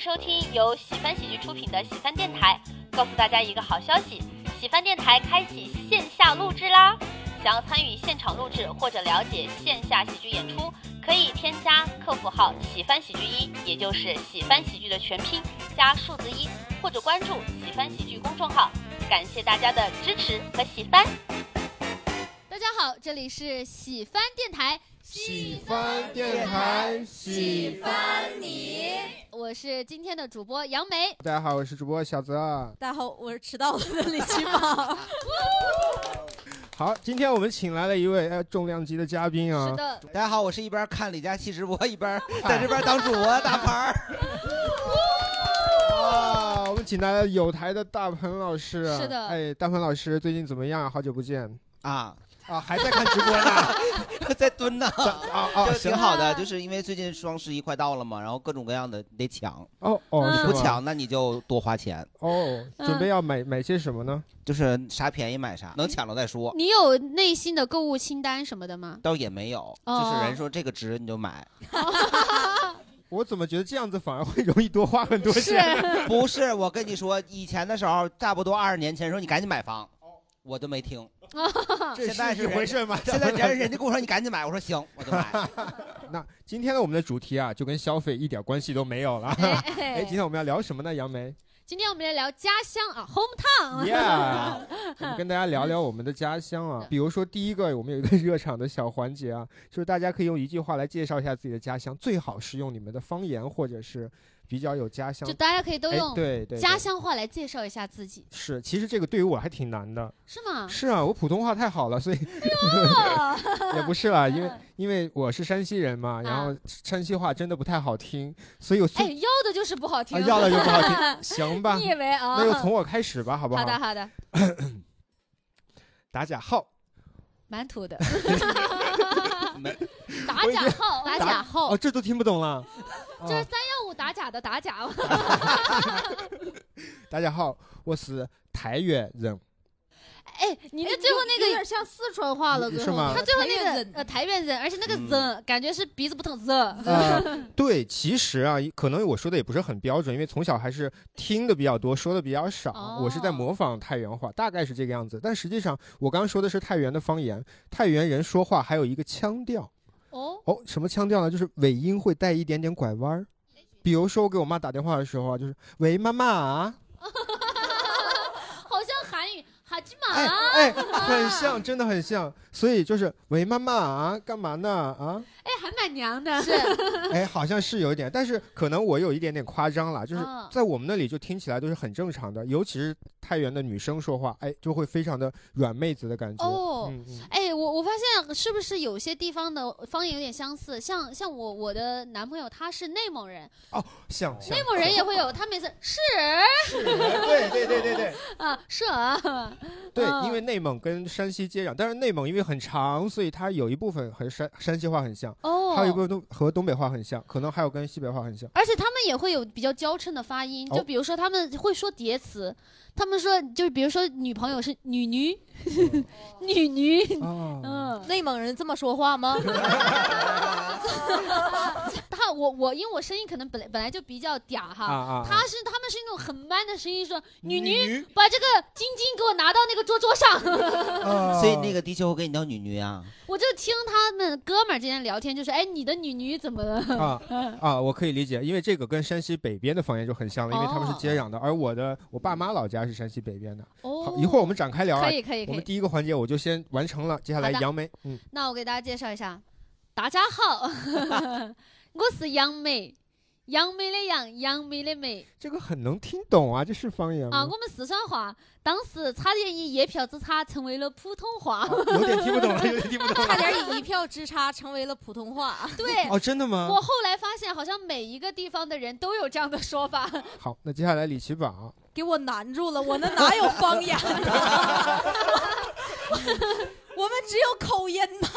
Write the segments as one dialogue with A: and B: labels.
A: 收听由喜翻喜剧出品的喜翻电台。告诉大家一个好消息，喜翻电台开启线下录制啦！想要参与现场录制或者了解线下喜剧演出，可以添加客服号“喜翻喜剧一”，也就是喜翻喜剧的全拼加数字一，或者关注喜翻喜剧公众号。感谢大家的支持和喜翻。
B: 大家好，这里是喜翻电台，
C: 喜翻电台，
D: 喜欢你。
B: 我是今天的主播杨梅。
C: 大家好，我是主播小泽。
D: 大家好，我是迟到了的李 奇宝。
C: 好，今天我们请来了一位呃重量级的嘉宾啊
B: 是，的，
E: 大家好，我是一边看李佳琦直播，一 边在这边当主播大牌儿。
C: 啊，我们请来了有台的大鹏老师。
B: 是的
C: 哎，大鹏老师最近怎么样？好久不见
E: 啊，
C: 啊，还在看直 播 呢。
E: 在蹲呢，
C: 啊啊，
E: 就
C: 行
E: 挺好的。
B: 行
E: 就是因为最近双十一快到了嘛，然后各种各样的你得抢，
C: 哦哦，
B: 嗯
C: 是
E: 不
C: 吗
E: 抢那你就多花钱，
C: 哦，
B: 嗯
C: 准备要买买些什么呢？
E: 就是啥便宜买啥，能抢了再说。
B: 你有内心的购物清单什么的吗？
E: 倒也没有，
B: 哦
E: 就是人说这个值你就买，
C: 我怎么觉得这样子反而会容易多花很多
B: 是
C: 钱？
E: 不是我跟你说，以前的时候差不多二十年前的时候，你赶紧买房，我都没听。
C: 哦 这
E: 现在
C: 是
E: 是
C: 一回事吗？
E: 现在只要是人家跟我说你赶紧买，我说行，我就买。
C: 那今天呢，我们的主题啊，就跟消费一点关系都没有了。 哎，
B: 哎
C: 今天我们要聊什么呢？杨梅
B: 今天我们来聊家乡啊，hometown。
C: ，Yeah，我 们跟大家
B: 嗯
C: 聊聊我们的家乡啊。比如说，第一个我们有一个 热场的小环节啊，就是大家可以用一句话来介绍一下自己的家乡，最好是用你们的方言或者是比较有家乡
B: 就。大家可以都
C: 哎，
B: 用
C: 对对，
B: 家
C: 对
B: 乡话来介绍一下自己，
C: 是，其实这个对于我还挺难的。
B: 是吗？
C: 是啊，我普通话太好了，所以 也不是啦，因为
B: 嗯
C: 因为我是山西人嘛，然
B: 啊
C: 后山西话真的不太好听，所以我
B: 哎，
C: 最
B: 要的就是不好听
C: 啊。要了就不 好听，行吧
B: 哎你，以为啊？
C: 那就从我开始吧，好不
B: 好的好的，
C: 打假号，
B: 蛮土 的。
E: 没
B: 打假号，打假号
C: 哦，，这都听不懂了。
B: 就是
C: 哦
B: 三幺五打假的打 假。
C: 打假号，我是台原人，
B: 哎，你那最后那
D: 有
B: 个
D: 点像四川话了，
C: 是
D: 最后
C: 吗
B: 他最后那
D: 台
B: 个
D: 原人
B: 呃台原人，而且那个
E: 嗯
B: 人感觉是鼻子不疼人。
C: 呃，对，其实啊，可能我说的也不是很标准，因为从小还是听的比较多，说的比较少，
B: 哦
C: 我是在模仿太原话，大概是这个样子。但实际上，我刚刚说的是太原的方言，太原人说话还有一个腔调。
B: 哦，
C: 哦，什么腔调呢？就是尾音会带一点点拐弯儿。比如说，我给我妈打电话的时候啊，就是“喂，妈妈啊
B: 好像韩啊语哈基”，
C: 哎
B: 玛。
C: 哎，很像，真的很像。所以就是“喂，妈妈啊，干嘛呢啊
B: 哎，还蛮娘的，
D: 是，
C: 哎，好像是有一点，但是可能我有一点点夸张啦，就是
B: 嗯
C: 在我们那里就听起来都是很正常的，尤其是太原的女生说话，哎，就会非常的软妹子的感 觉。
B: 哦
C: 嗯嗯
B: 哎，我我发现是不是有些地方的方言有点相似？像像我我的男朋友他是内蒙人，
C: 哦像像
B: 内蒙人也会有，他每次是
C: 是，对对对对对
B: 啊是啊，
C: 对，
B: 嗯
C: 因为内蒙跟山西接壤，但是内蒙因为很长，所以它有一部分和山山西话很像，还有一部
B: 哦，哎
C: 分东和东北话很像，可能还有跟西北话很像。
B: 而且他们也会有比较娇嗔的发音，
C: 哦
B: 就比如说他们会说叠词，他们说就比如说女朋友是女女
C: 哦
B: 女女，
C: 啊，
B: 嗯，
D: 内蒙人这么说话吗？
B: 他我我因为我声音可能本来本来就比较嗲
C: 啊
B: 哈。
C: 啊，
B: 他是他们是那种很 man 的声音说，女女
C: 女，
B: 把这个晶晶给我拿到那个桌桌上，
C: 所
E: 所以那个的确会给你当女女啊。
B: 我就听他们哥们儿之间聊天，就是哎，你的女女怎么了？
C: 啊啊，我可以理解，因为这个跟山西北边的方言就很像了，因为他们是接壤的。而我的我爸妈老家是山西北边的。
B: 哦
C: 好，一会儿我们展开聊啊
B: 可。以可以
C: 我
B: 可
C: 们
B: 以。
C: 第一个环节我就先完成了，接下来
B: 好的
C: 杨梅，嗯，
B: 那我给大家介绍一下，大家好， 我是杨梅，杨梅的杨，杨梅的梅
C: 这个很能听懂啊，这是方言
B: 啊，
C: 吗？
B: 我们四川话，当时差点一叶票之差成为了普通话。
C: 啊有点听不懂了，有点听不懂
D: 差
C: 了。
D: 点以一票之差成为了普通话。
B: 对，
C: 哦，真的吗？
B: 我后来发现好像每一个地方的人都有这样的说 法。
C: 好，那接下来李奇
B: 啊
C: 宝，
D: 给我难住了，我那哪有方 言啊？我们只有口音呐。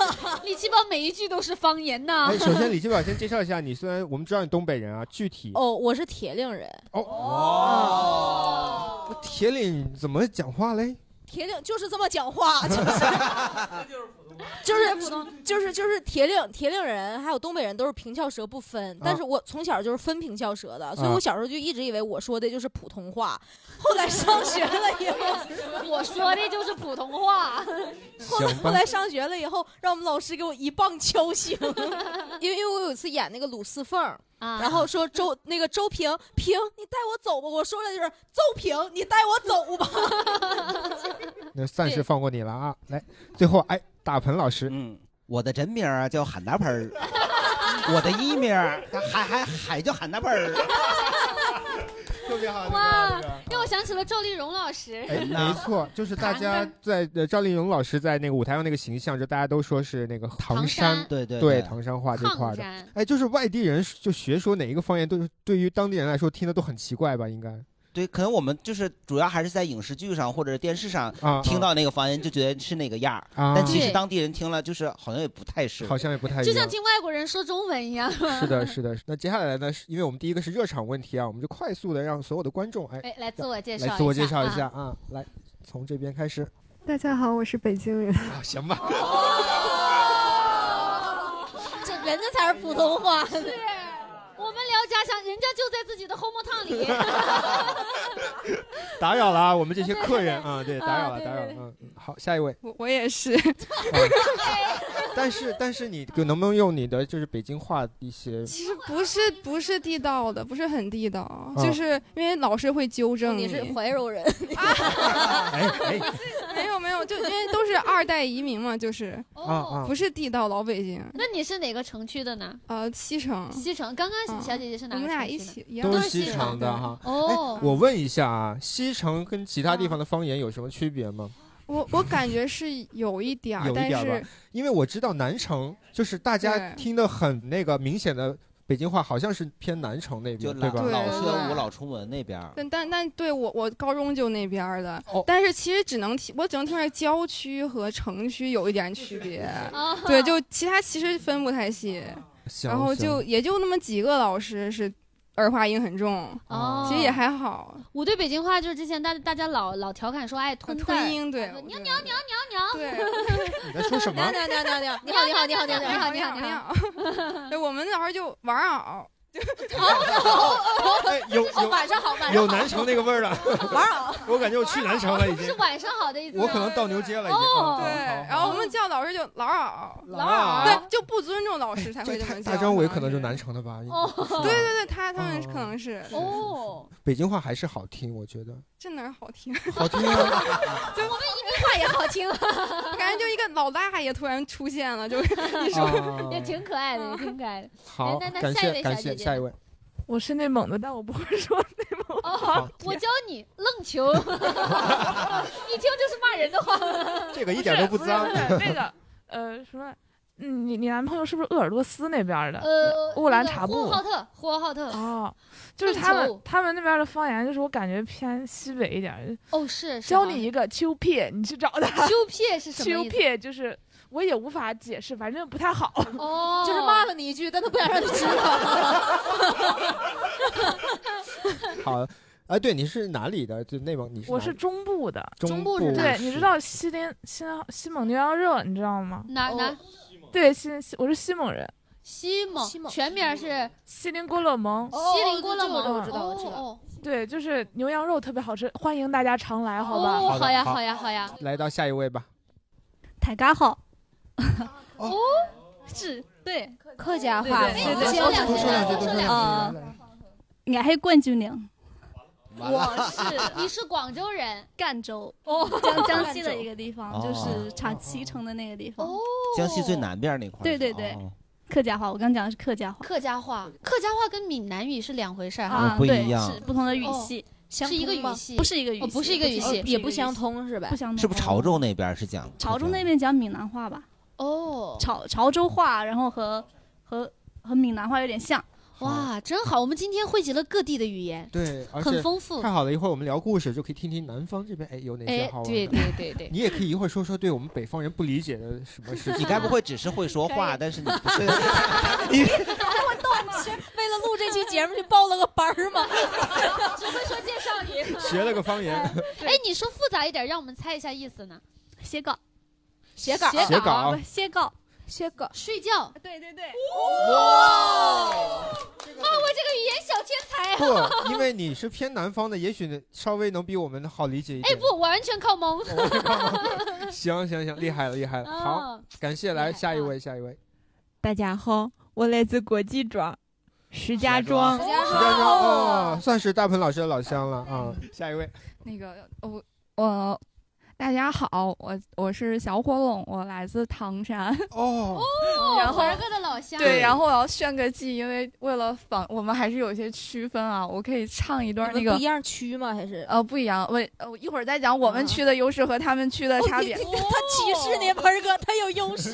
B: 李奇宝每一句都是方言呐
C: 哎，。首 先李奇宝先介绍一下你，虽然我们知道你东北人啊，具体
D: 哦，我是铁岭人，
C: 哦，铁岭怎么讲话嘞？
D: 铁岭就是这么讲话，就是就是就是就是铁岭铁岭人，还有东北人都是平翘舌不分，但是我从小就是分平翘舌的，所以
C: 啊
D: 我小时候就一直以为我说的就是普通话。后来上学了以后，
B: 我说的就是普通话，
D: 后来
C: 行
D: 后
C: 吧
D: 来上学了以后，让我们老师给我一棒敲醒，因为因为我有一次演那个鲁四凤，
B: 啊
D: 然后说周那个周平平，你带我走吧。我说的就是邹平，你带我走吧。
C: 那算是放过你了啊！来，最后哎，大鹏老师，
E: 嗯，我的真名儿叫喊大 盆儿，我的艺名儿它还还还叫喊大盆儿。
C: 特别好
B: 哇让我想起了赵丽蓉老师。
C: 哎，没错，就是大家
B: 唐
C: 在呃赵丽蓉老师在那个舞台上那个形象，就大家都说是那个唐
B: 山、
E: 对对
C: 对唐山话这块
B: 抗
C: 儿的。
B: 战，
C: 哎，就是外地人就学说哪一个方言，都是对于当地人来说听的都很奇怪吧？应该
E: 对，可能我们就是主要还是在影视剧上或者电视上
C: 啊，
E: 听到那个方言就觉得是那个样儿，
C: 啊，
E: 但其
B: 对
E: 实当地人听了就是好像也不太是。
C: 好像也不太 一
B: 就像
C: 样。
B: 听外国人说中文一样。
C: 哎是的，是的。那接下来呢，是因为我们第一个是热场问题啊，我们就快速的让所有的观众 哎
B: 哎，来自我介绍，
C: 来自我介绍一
B: 啊。
C: 下啊，来从这边开始
F: 大家好，我是北京人。
C: 啊，行吧。
D: 这人家才是普通话。
B: 我们聊家乡，人家就在自己的 home town 里。
C: 打扰了啊，我们 这些客人啊，对，
B: 啊
C: 打扰了，
B: 对
C: 打扰了
B: 对。
C: 嗯，好，下一位。
F: 我我也是，
C: 但是，但是你能不能用你的就是北京话一些？
F: 其实不是不是地道的，不是很地道，
C: 嗯
F: 就是因为老师会纠正
D: 你是怀柔人，
C: 哎哎
F: 没有没有，就因为都是二代移民嘛，就是
C: 啊
B: 哦，
C: 啊
F: 不！是地道老北京。
B: 那你是哪个城区的呢？
F: 呃，西城，
B: 西城。刚刚
F: 嗯
B: 小姐姐是
F: 我
B: 哪
F: 们
B: 个城区的？
F: 俩一起一样
C: 都
B: 都是
C: 是西
B: 西
C: 城
B: 城
C: 的哈。哎
B: 哦，
C: 我问一下啊，西城跟其他地方的方言有什么区别吗？
F: 我我感觉是有一点儿
C: 有，一
F: 啊但
C: 点儿吧
F: 是
C: 因为我知道南城就是大家
F: 对
C: 听的很那个明显的北京话，好像是偏南城那
E: 就
C: 边，对
E: 老
C: 吧？
F: 对
E: 老
F: 对
E: 薛武老出门那边儿，
F: 但但但对我我高中就那边儿的，
C: 啊哦
F: 但是其实只能听我只能听出来郊区和城区有一点区别。
C: 啊
B: 哦
F: 对，就其他其实分不太细，
C: 行
F: 然后
C: 行
F: 就也就那么几个老师是儿化音很重，
B: 哦，
F: 其实也还好。
B: 我对北京话就是之前大大家老老调侃说哎爱吞字儿
F: 吞音对，
B: 啊
F: 对
B: 娘娘娘娘娘，
F: 对，
C: 你在说什么
D: 娘？娘娘 娘娘，你好你好你好你好你好，
F: 你好你好。 对，我们那会儿就玩 儿啊 袄，
C: 哎，有
D: 哦
C: 有
D: 晚上好晚上
C: 有南城那个味儿了，
D: 好晚上好，
C: 我感觉我去南城了已
B: 是
C: 经，
B: 晚上好的意思吗。
C: 我可能到牛街了已经。
B: 哦
F: 对，然后我们叫老师就老袄，
C: 老
B: 袄
F: 对，就不尊重老师才
C: 这
F: 会这
C: 太
F: 么叫。
C: 大张伟可能
F: 当
C: 就
F: 时
C: 南城的吧？应该
B: 哦
F: 对对对，他他
C: 哦
F: 们可能是
B: 哦，
C: 北京话还是好听，我觉得
F: 这哪儿好听？
C: 好 听啊！
B: 话也好听，啊
F: 我 感觉就一个老大爷突然出现了，就 你说
C: 啊
B: 也挺可爱的，也挺可爱的。
C: 好，
B: 那那
C: 感
B: 下一
C: 谢
B: 位
C: 感
B: 小姐
C: 谢，
B: 姐
C: 下一位，
G: 我是 内蒙的，但我不会说内蒙。
B: 哦，好，我教你愣 球，一听就是骂人的话。
C: 这个一
G: 一
C: 点都不脏。
G: 那个，呃，什么？嗯，你你男朋友是不是鄂尔多斯那边的？
B: 呃，
G: 乌兰
B: 那个
G: 察
B: 呼
G: 布
B: 和浩特，呼和浩特。
G: 哦，就是
B: 更
G: 他
B: 丑
G: 们他们那边的方言，就是我感觉偏西北一点儿。
B: 哦，是是
G: 教
B: 好
G: 你
B: 像
G: 一个秋撇，你去找 他。
B: 秋片是什
G: 秋
B: 么意思？
G: 撇就是我也无法解释，反正不太好。
B: 哦，
D: 就是骂了你一句，但他不想让你知 道。
C: 好，哎，对，你是哪里的？就内蒙，你是
G: 我
C: 哪
G: 是
C: 里
G: 中部的，
C: 中
B: 中部是哪
G: 对，你知道西林西西蒙牛羊肉，你知道吗？
B: 哪
D: 哦
B: 哪
G: 对，西西我是西蒙人，
B: 西蒙
D: 西，蒙
B: 全名是
G: 西林郭勒蒙。
B: 西林郭勒
D: 这个
B: 蒙。
D: 我知道我知道
B: 哦
G: 对，就是牛羊肉特别好吃，欢迎大家常来，好吧？
B: 哦，
C: 好的
B: 好呀，
C: 好
B: 好呀，好呀。
C: 来到下一位吧。
H: 大家好，
C: 哦
H: 是对，
D: 客家
G: 话对对对
B: 说两句，说两句。
H: 我是灌酒娘，
E: 完了，
B: 你是广州人
H: 赣州，
B: 哦
H: 江江西的一个地
E: 哦
H: 方，就是产脐橙的那个地方。
B: 哦，
E: 江西最南边儿那块儿是吧。
H: 对对对
E: 哦
H: 客家话，我刚讲的是客家话
B: 客家话，客家话跟闽南语是两回事儿哈，
E: 不一
H: 对，
E: 样
H: 是不同的语系，
B: 是一个语系，
H: 不是一个语
B: 哦
H: 系，
B: 不是一个语系
D: 也不相
H: 同，
D: 通是吧
H: 不？相同。
E: 是不是潮？州那边儿是讲？
H: 嗯潮州那边讲闽南话吧，
B: 哦。
H: 潮潮州话，然后和和和闽南话有点像。
B: 哇，真好！我们今天汇集了各地的语言，
C: 对，而
B: 很
C: 且
B: 丰富
C: 太。好了，一会儿我们聊故事就可以听听南方这边哎有哪些
B: 哎
C: 好，玩
B: 对
C: 的。
B: 对对对，
C: 你也可以一会儿说说对我们北方人不理解的什么事
E: 你
C: 情。
E: 该不会只是会说话，但是你不是？
D: 为了录这期节目去报了个班儿吗？
B: 只会说介绍哎语。
C: 学了个方言？
B: 哎，你说复杂一点，让我们猜一下意思呢？
H: 写稿，
D: 写稿
C: 写稿
H: 写稿，啊
D: 写稿，
B: 睡觉。
F: 对对对，
C: 哇！
B: 哇，我这个语言小天才啊！
C: 不，因为你是偏南方的，也许能稍微能比我们好理解一
B: 哎，
C: 点。
B: 不，完全靠蒙。
C: 行行行，厉害了厉害了，好，
B: 啊，
C: 感谢，来
B: 哎厉害
C: 下一
B: 啊
C: 位下一位，
I: 大家好，我来自国际庄，石家庄。
D: 石家
C: 石家庄哦，算是大鹏老师的老乡了啊。下一位，
I: 那个哦我
B: 哦
I: 我大家好，我我是小火龙，我来自唐山。
C: 哦，
I: 然后
B: 华哥的老乡。
I: 对，然后我要炫个技，因为为了仿我们还是有一些区分啊，我可以唱一段那
D: 你
I: 个
D: 们不一样区吗？还是？
I: 呃不一样，我呃我一会儿再讲我
G: 啊
I: 们区的优势和他们区的差别。
D: 哦你他歧视你，盆儿哥，他有优势。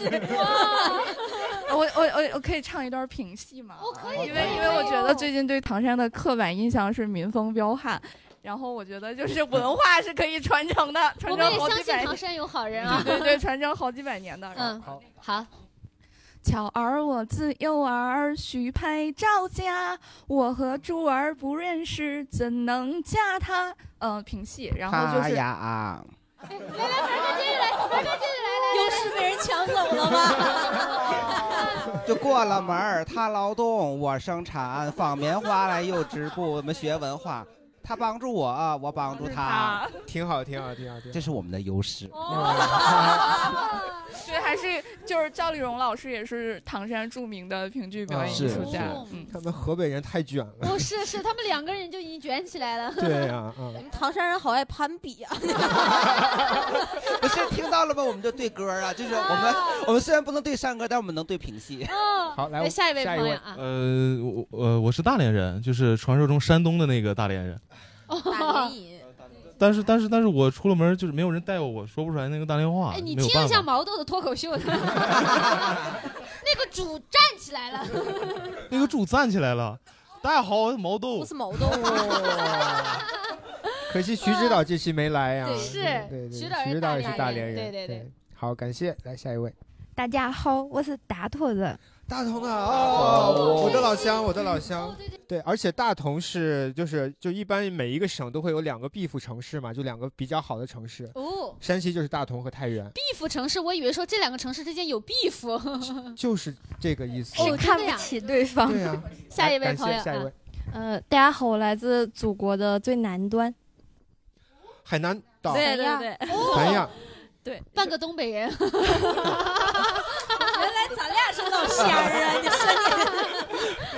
I: 我我我我可以唱一段评戏吗？
B: 哦可以
I: 因为
B: 可以
I: 因为我觉
B: 可以
I: 得最近对唐山的刻板印象是民风彪悍，然后我觉得就是文化是可以传承的，传
B: 我们
I: 承
B: 也
I: 好
B: 相
I: 几
B: 信
I: 百
B: 唐
I: 年。
B: 山有好人啊。
I: 对对，传承好几百年的。然 后
B: 嗯，好，
I: 巧儿，我自幼儿许配赵家，我和珠儿不认识，怎能嫁他？嗯、评戏，然后就
E: 他
I: 是
E: 呀啊，
D: 优势被人抢走了吗？
E: 就过了门儿，他劳动，我生产，纺棉花来又织布，我们学文化，他帮助我，我帮助他，
C: 挺好挺好挺好挺好
E: 这。是我们的优势。
I: 对，还是就是赵丽蓉老师也是唐山著名的评剧表演艺术家。
B: 哦
I: 嗯，
C: 他们河北人太卷了。
B: 不哦是是，他们两个人就已经卷起来了。
C: 对呀，啊，
D: 唐山人好爱攀比啊！
E: 不是听到了吗？我们就对歌儿啊，就是我们我们虽然不能对山歌，但我们能对评戏。
B: 嗯，
C: 好，来
B: 来下一位
C: 下
B: 朋
C: 一
B: 友
C: 位
B: 啊，
J: 呃，我呃我是大连人，就是传说中山东的那个大连人。
B: 哦
D: 打联谊，
J: 但是但是但是我出了门就是没有人带我，我说不出来那个大连话。
B: 哎，你
J: 啊没有
B: 听一
J: 办
B: 下
J: 法。
B: 毛豆的脱口秀， 那个主站起来了。
J: 那个主站起来了，大家好，我是毛豆
D: 不。是毛豆。
C: 可惜徐指导这期没来呀。
B: 对
C: 是
B: 是
C: 对对，
B: 徐
C: 徐
B: 导是
C: 指导也
B: 大
C: 是大
B: 连
C: 连
B: 人
C: 人。
B: 对对对
C: 对，好，感谢，来下一位，
I: 大家好，我是达托人。
C: 大同啊，哦，我的老乡，我的老乡。
B: 哦对对，
C: 对，而且大同是就是就一般每一个省都会有两个 beef 城市嘛，就两个比较好的城市。
B: 哦
C: 山西就是大同和太原，
B: ，beef 城市，我以为说这两个城市之间有 beef。
C: 就是这个意思。
B: 哦看不
I: 起对方。
C: 对呀，
B: 下一位
C: 感谢
B: 朋友啊，
C: 下一位，
I: 呃，大家好，我来自祖国的最南端。
C: 海南岛，
H: 对对对，
C: 三亚，
B: 半个东北 人，
D: 原来咱俩是老乡儿啊！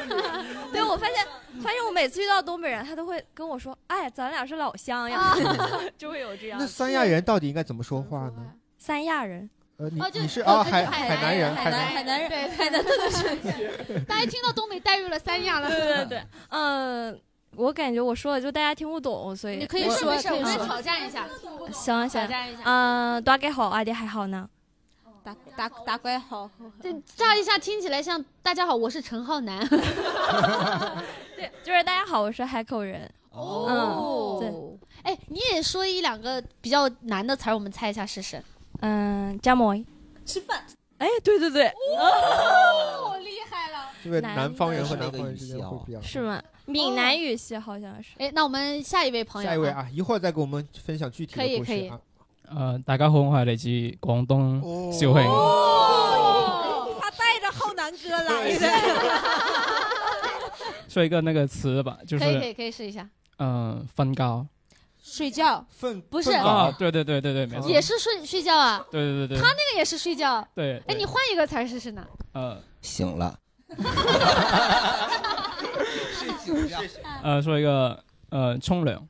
D: 你说
I: 对，我发现，发现我每次遇到东北人，他都会跟我说：“哎，咱俩是老乡呀。
B: 啊
I: 就会有这样
C: 那。三亚人到底应该怎么说话呢？
I: 三亚人，
C: 呃，你
B: 哦就
C: 你是
B: 哦
C: 啊
B: 对
C: 海
B: 海
C: 海
B: 南
C: 南
B: 人
C: 人，
B: 海
C: 海
B: 南
C: 南
D: 海南人，
B: 对
D: 海南真的是
B: 大家一听到东北带入了三亚了。对 对
K: 呃
I: 嗯、我感觉我说的就大家听不懂，所
B: 对，你
I: 以
B: 可以说，
D: 我
B: 没事，我
D: 可以
B: 们
K: 嗯
D: 说
B: 挑战一下，
I: 想啊
B: 挑
I: 想，
B: 战一下。
I: 嗯、大家好，
K: 啊
I: 阿弟还好呢。
D: 打打打怪好，
B: 这乍一下听起来像“大家好，我是陈浩南
I: 对，就是大家好，我是海口人。”。嗯
B: 哦，哎，你也说一两个比较难的词儿，我们猜一下试试。
I: 嗯、加莫。
D: 吃饭
I: 哎，对对对，
B: 哦，厉害了！
C: 对
I: 南
C: 南方人和
E: 是那
C: 南
E: 个
C: 方人
E: 语
C: 之
E: 系
C: 间会
E: 哦
C: 比较
I: 是吗？闽南语系好像是。
B: 哎，那我们下一位朋友，
C: 下一位，啊，一会儿再给我们分享具体
B: 可以
C: 的故事
B: 可以
C: 啊。
J: 呃，大家好，我系嚟自广东
C: 哦
J: 肇庆。
D: 哦，他带着浩南哥来的，
J: 说一个那个词吧，就
B: 可以可以可以试一下，
J: 嗯，分高。
D: 睡觉
C: 粪
B: 不是
C: 粪
B: 啊
C: 稿
J: 对对对对对，
C: 没错
B: 也是睡睡觉啊，
J: 对对对
B: 他那个也是睡觉。
J: 对
B: 哎，你换一个词儿试试呢？
J: 呃
E: 醒了，
J: 呃，说一个呃冲凉。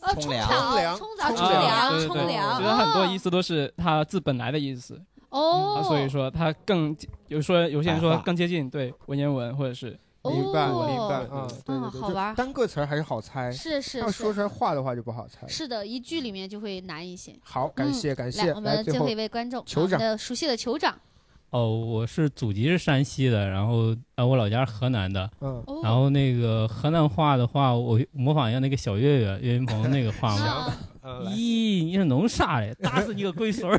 B: 呃，
E: 冲
B: 冲
E: 凉
C: 冲
B: 澡、
C: 凉
B: 冲澡、
C: 冲
J: 凉
B: 凉、
J: 对对
B: 冲
J: 对
B: 凉，
J: 觉得很多意思都是它字本来的意思，
B: 哦。
J: 啊，所以说它更有说有些人
E: 白
J: 说
E: 话
J: 更接近对文言文或者是
C: 明白
B: 哦
C: 明白啊，对
B: 嗯
C: 对对，
B: 好
C: 就
B: 玩儿
C: 单个词儿还是好猜，
B: 是是
C: 要说
B: 是
C: 出来话的话就不好猜。
B: 是的，一句里面就会难一些。嗯
C: 好，感谢感
B: 来，
C: 谢，
B: 我
C: 来
B: 们
C: 最
B: 最
C: 后
B: 后一 位观众，
C: 酋
B: 我们
C: 长
B: 的熟悉的酋长。
J: 哦，我是祖籍是山西的，然后呃我老家是河南的，
C: 嗯，
B: 哦，
J: 然后那个河南话的话，我模仿一下那个小岳岳岳云鹏那个话嘛。
B: 啊
C: 嗯来
J: 咦，你是弄啥嘞？ 打死你个龟孙儿！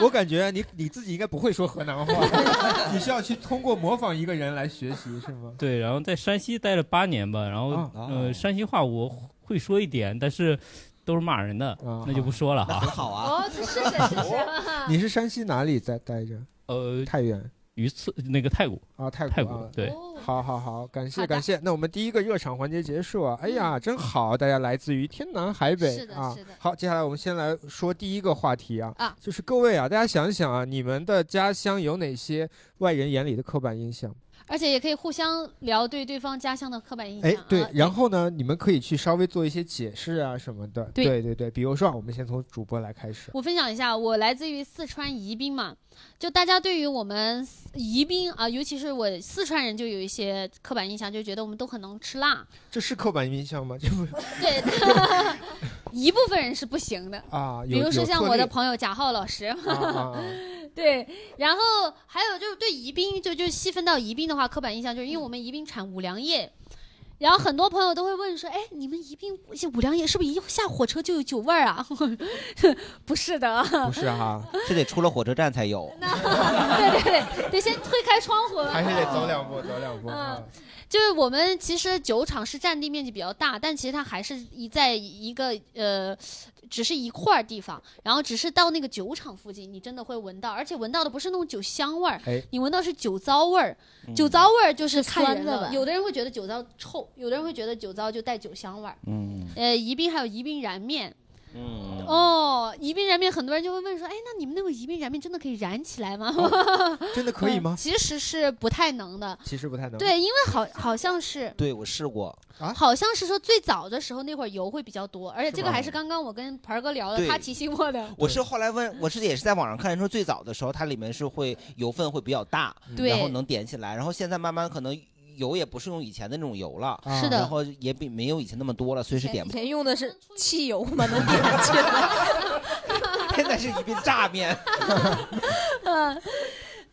C: 我感觉你你自己应该不会说河南话，你 需要去通过模仿一个人来学习是吗？
J: 对，然后在山西待了八年吧，然后
C: 啊
J: 呃，山西话我会说一点，但是都是骂人的，
C: 哦
J: 那就不说了哈。
E: 好
B: 哦，是是是
J: 哦
B: 是，
C: 啊你是山西哪里在待着？
J: 呃，
C: 太原。
J: 鱼刺那个泰国
C: 啊，泰
J: 国泰
C: 国
J: 对，
B: 哦
C: 好好好，感谢
J: 好的
C: 感谢。那我们第一个热场环节结束啊，哎呀，真好，大家来自于天南海北
B: 嗯是的
C: 啊
B: 是的。
C: 好，接下来我们先来说第一个话题啊，
B: 啊
C: 就是各位啊，大家想一想啊，你们的家乡有哪些外人眼里的刻板印象？
B: 而且也可以互相聊对对方家乡的刻板印象
C: 哎
B: 啊。，
C: 对，然后呢，你们可以去稍微做一些解释啊什么的。
B: 对
C: 对对对，比如说啊，我们先从主播来开始。
B: 我分享一下，我来自于四川宜宾嘛，就大家对于我们四宜宾啊，尤其是我四川人，就有一些刻板印象，就觉得我们都很能吃辣。
C: 这是刻板印象吗？这 不
B: 对，一部分人是不行的，
C: 啊，
B: 比
C: 有
B: 如说像我的朋
C: 友
B: 友贾浩老师，
C: 啊啊
B: 对，然后还有就是对宜宾，就就细分到宜宾的话，刻板印象就是因为我们宜宾产五粮液。然后很多朋友都会问说：“哎，你们宜宾五粮液是不是一下火车就有酒味儿啊？” 不是的，啊
E: 不
C: 是哈，
E: 是得出了火车站才 有。
B: 对对对，得先推开窗户，啊
C: 还是得走两步，走两步。啊
B: 嗯，就是我们其实酒厂是占地面积比较大，但其实它还是一在一个呃，只是一块儿地方，然后只是到那个酒厂附近，你真的会闻到，而且闻到的不是那种酒香味儿，
C: 哎嗯
B: 你闻到是酒糟味儿。酒糟味儿就是看人
I: 酸的
B: 了，
I: 吧
B: 有的人会觉得酒糟臭，有的人会觉得酒糟就带酒香味儿。
E: 嗯
B: 呃，宜宾还有宜宾燃面。
E: 嗯，
B: 哦，宜宾燃面，很多人就会问说，哎，那你们那个宜宾燃面真的可以燃起来吗？
C: 哦真的可以 吗？
B: 其实是不太能的，
C: 其实不太能。啊
B: 对，因为好好像 是
E: 对我试过，
B: 好像是说最早的时候那会儿油会比较多，而且这个
E: 吧
B: 还是刚刚我跟盆儿哥聊的，
E: 对
B: 他提醒我 的。
E: 我是后来问，我是也是在网上看说，最早的时候它里面是会油分会比较大，
B: 对
E: 然后能点起来，然后现在慢慢可能。油也不是用以前的那种油了，
D: 是的
E: 然后也比没有以前那么多了，所以是点
D: 以
E: 不。
D: 前用的是汽油嘛，能点起来。
E: 现在是一遍炸面，
B: 嗯，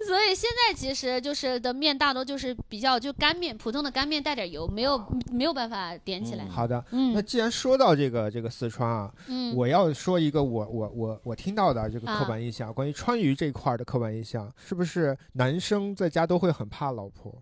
B: 所以现在其实就是的面大多就是比较就干面，普通的干面带点油，没有没有办法点起来。
C: 啊好的，
B: 嗯
C: 那既然说到这个这个四川啊，
B: 嗯啊
C: 我要说一个我我我我听到的这个刻板印象，关于川渝这块儿的刻板印象，是不是男生在家都会很怕老婆？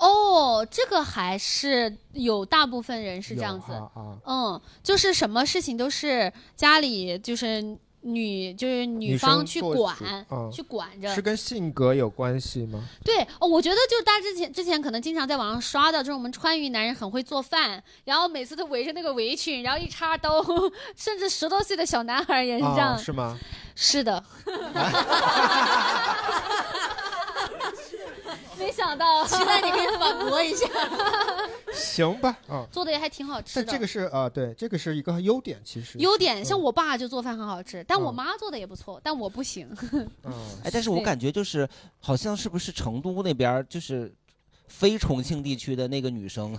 B: 哦，这个还是有大部分人是这样子，
C: 有啊
B: 嗯，就是什么事情都是家里就是女就是女
C: 女生
B: 方去
C: 做
B: 管
C: 主、嗯
B: 去管着，
C: 是跟性格有关 系吗？
B: 对哦，我觉得就是大家之前之前可能经常在网上刷到，就是我们川渝男人很会做饭，然后每次都围着那个围裙，然后一插兜， 甚至十多岁的小男孩也是这样。
C: 啊，是吗？
B: 是的。没想到，
K: 期待你可以反驳一下
C: 行吧， 啊，
B: 做的也还挺好吃
C: 但
B: 的。
C: 这个是啊，对，这个是一个优点，其实
B: 优点，像我爸就做饭很好吃，但我
E: 嗯
B: 妈做的也不错，但我不行。嗯
E: 哎，但是我感觉就是好像是不是成都那边儿就是非重庆地区的那个女 生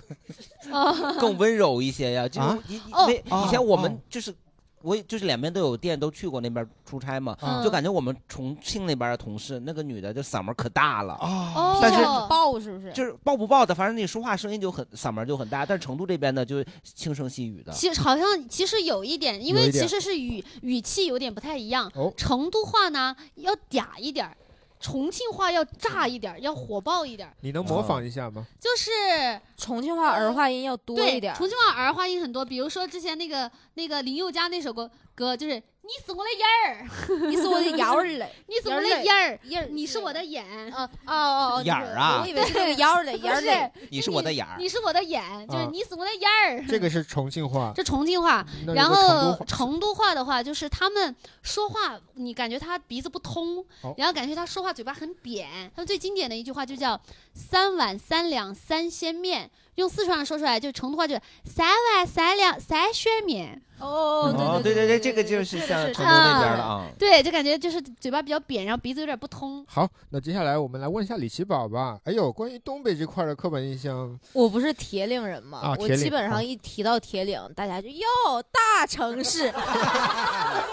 E: 更 温柔一些呀？就
C: 啊
E: 因
B: 哦
E: 为以前我们就是。我也就是两边都有店，都去过那边出差嘛，
B: 嗯
E: 就感觉我们重庆那边的同事，那个女的就嗓门可大了
B: 哦
E: 但是
D: 爆是不是？
E: 就是爆不爆的，反正你说话声音就很嗓门就很大，但是成都这边呢，就是轻声细语的。
B: 其实好像其实有一点，因
E: 有
B: 为
E: 一点
B: 其实是语语气有点不太一样。
E: 哦
B: 成都话呢要嗲一点儿，重庆话要炸一点儿，要火爆一点儿，
C: 你能模
E: 哦
C: 仿一下吗？
B: 就是
D: 重庆话儿化音要多
B: 对
D: 一点儿
B: 重庆话儿化音很多，比如说之前那个那个林宥嘉那首歌歌就是你是我的眼儿，
D: 你是我的眼儿嘞
B: 你是我的眼儿，眼儿，你是我的眼。哦
D: 哦哦
E: 眼儿啊我以为
D: 是那个眼儿嘞眼儿嘞
B: 不是
E: 你是我的眼儿嗯
B: 你是我的眼，就是
C: 啊
B: 你是我的眼儿。
C: 这 个是重庆话，
B: 这重庆话
C: 那，
B: 然
C: 如果成都
B: 后成都
C: 话
B: 话的话，就是他们说话，你感觉他鼻子不通
C: 哦，
B: 然后感觉他说话嘴巴很扁。他们最经典的一句话就叫“三碗三两三鲜面”，用四川话说出来，就成都话就是“三碗三两三鲜面”。哦
E: 哦，对对对，这个就是像成都那边的啊。
B: 对，就感觉就是嘴巴比较扁，然后鼻子有点不通。
C: 好，那接下来我们来问一下李奇宝吧。哎呦，关于东北这块儿的刻板印象，
D: 我不是铁岭人嘛，
C: 啊
D: 我
C: 铁岭
D: 基本
C: 啊
D: 上一提到铁岭，大家就哟大城市， 你也不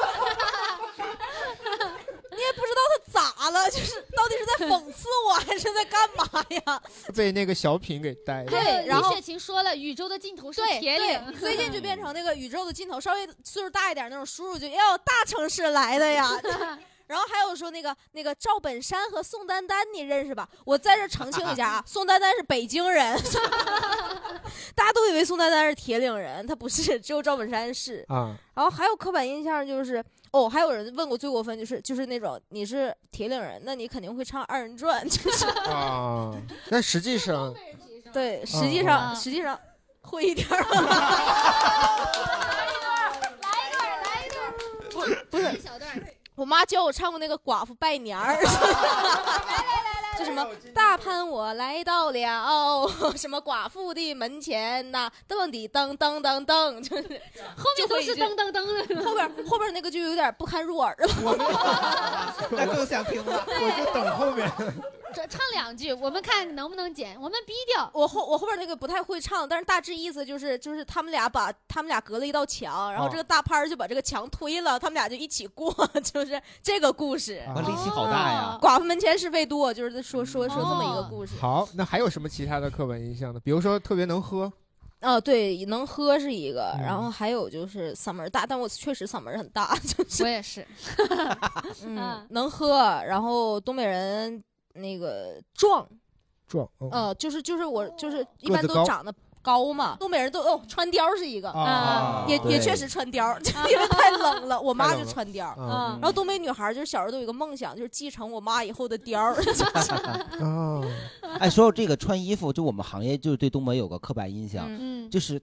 D: 知道他咋了，就是到底是在讽刺我还是在干嘛呀？
C: 被那个小品给带的。
D: 对然后
B: 李雪琴说了，宇宙的尽头是
D: 对
B: 铁岭
D: 对，。最近就变成那个宇宙的尽头，稍微岁数大一点那种叔叔就哟大城市来 的呀。然后还有说那个那个赵本山和宋丹丹，你 认识吧？我在这澄清一下啊，宋丹丹是北京人，大家都以为以宋丹丹是铁岭人，她不是，只有赵本山是。
C: 啊，
D: 然后还有刻板印象就是，哦，还有人问过最过分就是就是那种你是铁岭人，那你肯定会唱二人转，就是
C: 啊， 但实际上，
B: 嗯
D: 对，实际上、
C: 啊
D: 实际上会一点儿。不不是，我妈教我唱过那个《寡妇拜年儿》，就什么大潘我来到了，哦，什么寡妇的门前呐，噔底噔噔噔噔，就是后
B: 面都是噔噔
D: 噔的，后边后边那个就有点不堪入耳了。
E: 那更想听了，
B: 我就
C: 等后面。
B: 这唱两句，我们看能不能剪，我们逼掉。
D: 我后我后边那个不太会唱，但是大致意思就是就是他们俩把他们俩隔了一道墙，然后
E: 哦
D: 这个大潘儿就把这个墙推了，他们俩就一起过，就是这个故事。
E: 哇，力气好
B: 哦
E: 大
B: 啊
E: 呀！
D: 寡妇门前是非多，就是
C: 嗯
D: 说说说这么一个故事。
C: 好，那还有什么其他的刻板印象呢？比如说特别能喝，
D: 哦、对，能喝是一个，
C: 嗯
D: 然后还有就是嗓门儿大，但我确实嗓门儿很大， 就是
B: 我也是，
D: 嗯，能喝，然后东北人那个壮，
C: 壮，
B: 哦
C: 嗯哦
D: 呃，就是就是我就是一
C: 个
D: 般
C: 子
D: 都
C: 高
D: 长得高嘛，东北人都哦穿貂是一个，嗯
C: 啊
D: 也也
C: 对
D: 确实穿 貂，就 因为太冷了，我
C: 太
D: 妈
C: 冷
D: 就
C: 了
D: 穿貂儿。
C: 嗯
D: 然后东北女孩儿就是小时候都有一个梦想，就是继承我妈以后的貂儿。
C: 哦，
E: 哎，说到这个穿衣服，就我们行业就是对东北有个刻板印象，
B: 嗯嗯
E: 就是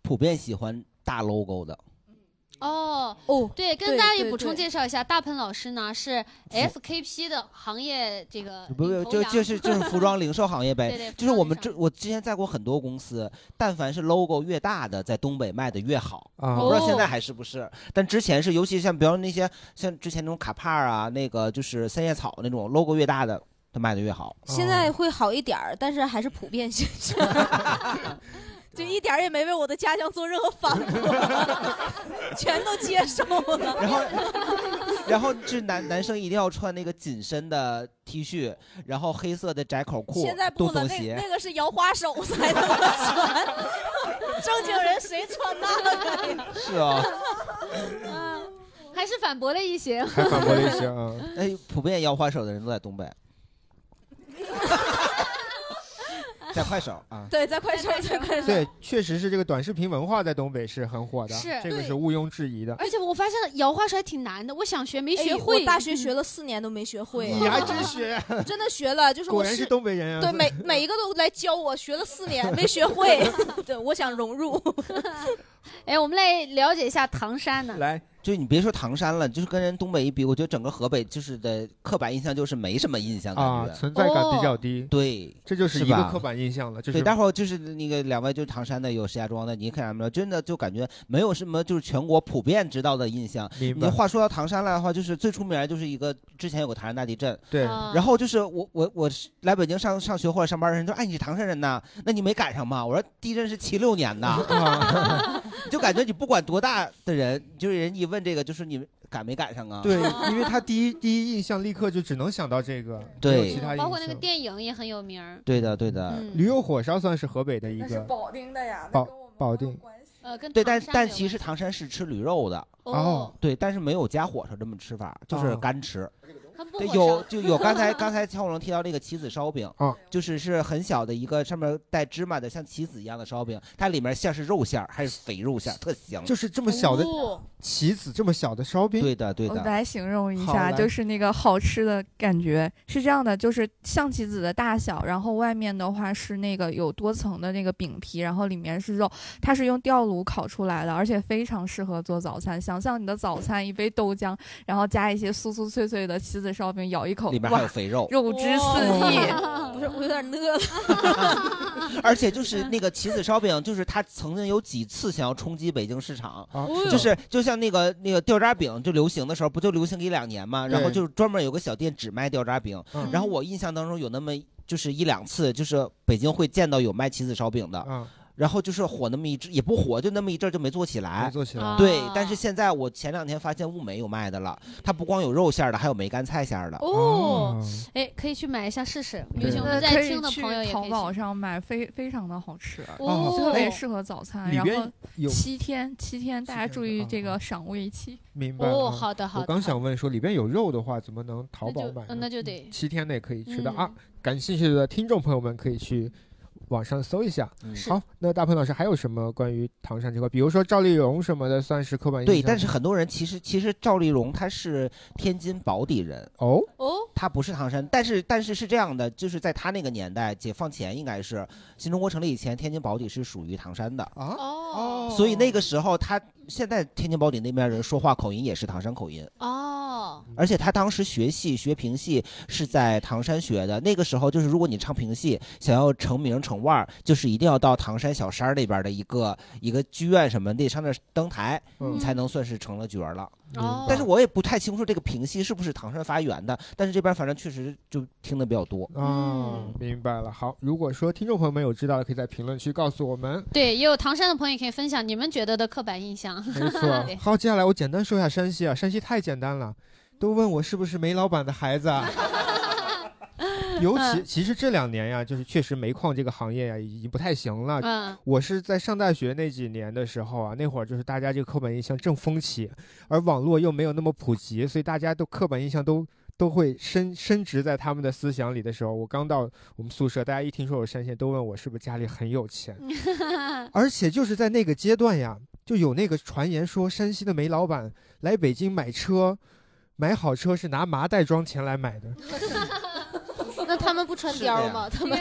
E: 普遍喜欢大 logo 的，
B: 哦
D: 哦，
B: 对，
D: 对
B: 跟大家也
D: 对
B: 补充
D: 对
B: 介绍一下，大鹏老师呢是 SKP 的行业这个
E: 不
B: 呃领
E: 是
B: 头
E: 就
B: 羊
E: 就是就是服装零售行业
B: 对对
E: 呗，就是我们这我之前在过很多公司，但凡是 logo 越大的，在东北卖的越好，
C: 啊
E: 我不知道现
B: 哦
E: 在还是不是，但之前是，尤其像比方那些像之前那种卡帕儿啊，那个就是三叶草那种 logo 越大的，它卖的越好。
D: 现在会好一点儿，但是还是普遍现象。 就一点儿也没为我的家乡做任何反驳，全都接受了。
E: 然 后然后就是男男生一定要穿那个紧身的 T 恤，然后黑色的窄口裤
D: 现在，不
E: 洞
D: 了，
E: 洞
D: 那
E: 鞋。
D: 那个是摇花手才能穿，正经人谁穿那个呀？
E: 是啊，
B: 嗯还是反驳了一些，
E: 还反驳 了一些
C: 啊。
E: 哎，普遍摇花手的人都在东北，在快手啊。
D: 对，在快手，在快手。
C: 对，确实是这个短视频文化在东北是很火的，
B: 是
C: 这个
B: 对
C: 是毋庸置疑的。
B: 而且我发现摇花手还挺难的，我想学没
D: 哎
B: 学
D: 我
B: 会，
D: 大学学了四年都没学会。
C: 你还真学？
D: 真的学了，就是
C: 果
D: 我
C: 然是东北人啊！
D: 对，每每一个都来教我，学了四年没 学会。对，我想融入。
B: 哎，我们来了解一下唐山呢。
E: 来，就你别说唐山了，就是跟人东北一比，我觉得整个河北就是的刻板印象就是没什么印象感
C: 啊
E: 觉，哦
C: 存在感比较低
E: 对，
C: 这就是
E: 是
C: 一个
E: 吧
C: 刻板印象了，就是
E: 对，待会儿就是那个两位，就是唐山的，有石家庄的，你看什么了？真的就感觉没有什么，就是全国普遍知道的印象。
C: 明白
E: 你话说到唐山来的话，就是最出名儿就是一个之前有个唐山大地震，
C: 对
B: 啊
E: 然后就是我我我是来北京上上学或者上班的人说，哎，你是唐山人呐？那你没赶上吗？我说地震是七六年 的，你就感觉你不管多大的人，就是人一问这个，就是你们赶没赶上啊？
C: 对，因为他第一第一印象立刻就只能想到这个，
E: 对
C: 没有其他印
B: 包括那个
C: 象。
B: 电影也很有名儿，
E: 对的对的，
C: 驴肉火烧算是河北的一
B: 那是
C: 个
B: 保定的呀
C: 保保定
B: 呃，跟
E: 对，
B: 唐
E: 但
B: 山
E: 但
B: 有
E: 其实唐山是吃驴肉的
B: 哦，
E: 对，但是没有加火烧这么吃法，就是
C: 哦
E: 干吃。
B: 他不
E: 对，
B: 火
E: 有
B: 烧
E: 就有刚才刚才乔龙提到那个棋子烧饼
C: 啊，
E: 就是是很小的一个上面带芝麻的像棋子一样的烧饼，它里面馅儿是肉馅儿，还是肥肉馅儿，特香。
C: 就是这么小的
I: 哦
C: 棋子，这么小的烧饼。
E: 对的，啊对
I: 我来形容一
C: 好
I: 下，
C: 来
I: 就是那个好吃的感觉是这样的，就是象棋子的大小，然后外面的话是那个有多层的那个饼皮，然后里面是肉，它是用吊炉烤出来的，而且非常适合做早餐。想象你的早餐，一杯豆浆，然后加一些酥酥脆脆的棋子烧饼，咬一口，
E: 里面还有
I: 哇
E: 肥肉
I: 肉汁四溢。
D: 不是，我有点饿了。
E: 而且就是那个棋子烧饼，就是它曾经有几次想要冲击北京市
C: 啊
E: 场，
C: 是
E: 就是就像那个那个掉渣饼就流行的时候，不就流行一两年嘛？然后
C: 对
E: 就是专门有个小店只卖掉渣饼
C: 嗯，
E: 然后我印象当中有那么就是一两次，就是北京会见到有卖棋子烧饼的。
B: 哦
C: 嗯
E: 然后就是火那么一阵，也不火，就那么一阵儿就没做起来。
C: 没做起来
E: 对，但是现在我前两天发现物美有卖的了，它不光有肉馅儿的，还有梅干菜馅儿的。
B: 哦，
C: 啊
B: 哎，可以去买一下试试。尤其我们
I: 呃
B: 在
I: 可以
B: 听的
I: 去
B: 朋友也可
I: 淘
B: 以
I: 宝
B: 去。
I: 上买，非非常的好吃，
B: 哦
I: 特
B: 哎
I: 别适合早餐。
C: 里
I: 然
C: 边
I: 后
C: 有
I: 七天，七天，大家注意这个赏味期。
C: 嗯明白
I: 哦
C: 啊
I: 好的好
C: 我
I: 的呃
C: 刚想问说，里边有肉的话，怎么能淘宝
B: 就
C: 买
B: 嗯
C: 呢？
B: 那就得
C: 七天内可以吃的
B: 嗯
C: 啊！感兴趣的听众朋友们可以去网上搜一下。
E: 是
C: 好，那大鹏老师还有什么关于唐山这块，比如说赵丽蓉什么的，算是刻板印象吗？
E: 对，但是很多人其实其实赵丽蓉她是天津宝坻人
C: 哦
D: 哦，
E: 她不是唐山，但是但是是这样的，就是在她那个年代，解放前应该是新中国成立以前，天津宝坻是属于唐山的
C: 啊
E: 哦，所以那个时候她现在天津宝坻那边人说话口音也是唐山口音，
C: 嗯
B: 哦，
E: 而且她当时学戏学评戏是在唐山学的，那个时候就是如果你唱评戏想要成名成腕儿，就是一定要到唐山小山儿那边的一个一个剧院什么的上那儿登台，
C: 嗯
E: 你才能算是成了角儿了。
C: 哦
E: 但是我也不太清楚这个评戏是不是唐山发源的，但是这边反正确实就听的比较多。
C: 啊，
I: 嗯
C: 明白了。好，如果说听众朋友们有知道的，可以在评论区告诉我们。
B: 对，也有唐山的朋友也可以分享你们觉得的刻板印象。
C: 没错
B: 对。
C: 好，接下来我简单说一下山西啊，山西太简单了，都问我是不是煤老板的孩子 啊。尤其
B: 嗯
C: 其实这两年呀，就是确实煤矿这个行业呀已经不太行了。
B: 嗯
C: 我是在上大学那几年的时候啊，那会儿就是大家这个刻板印象正风起，而网络又没有那么普及，所以大家都刻板印象都都会深深植在他们的思想里的时候，我刚到我们宿舍，大家一听说我山县，都问我是不是家里很有钱。
B: 嗯哦
C: 而且就是在那个阶段呀，就有那个传言说，山西的煤老板来北京买车，买好车是拿麻袋装钱来买的，
D: 那他们不穿貂儿吗？他们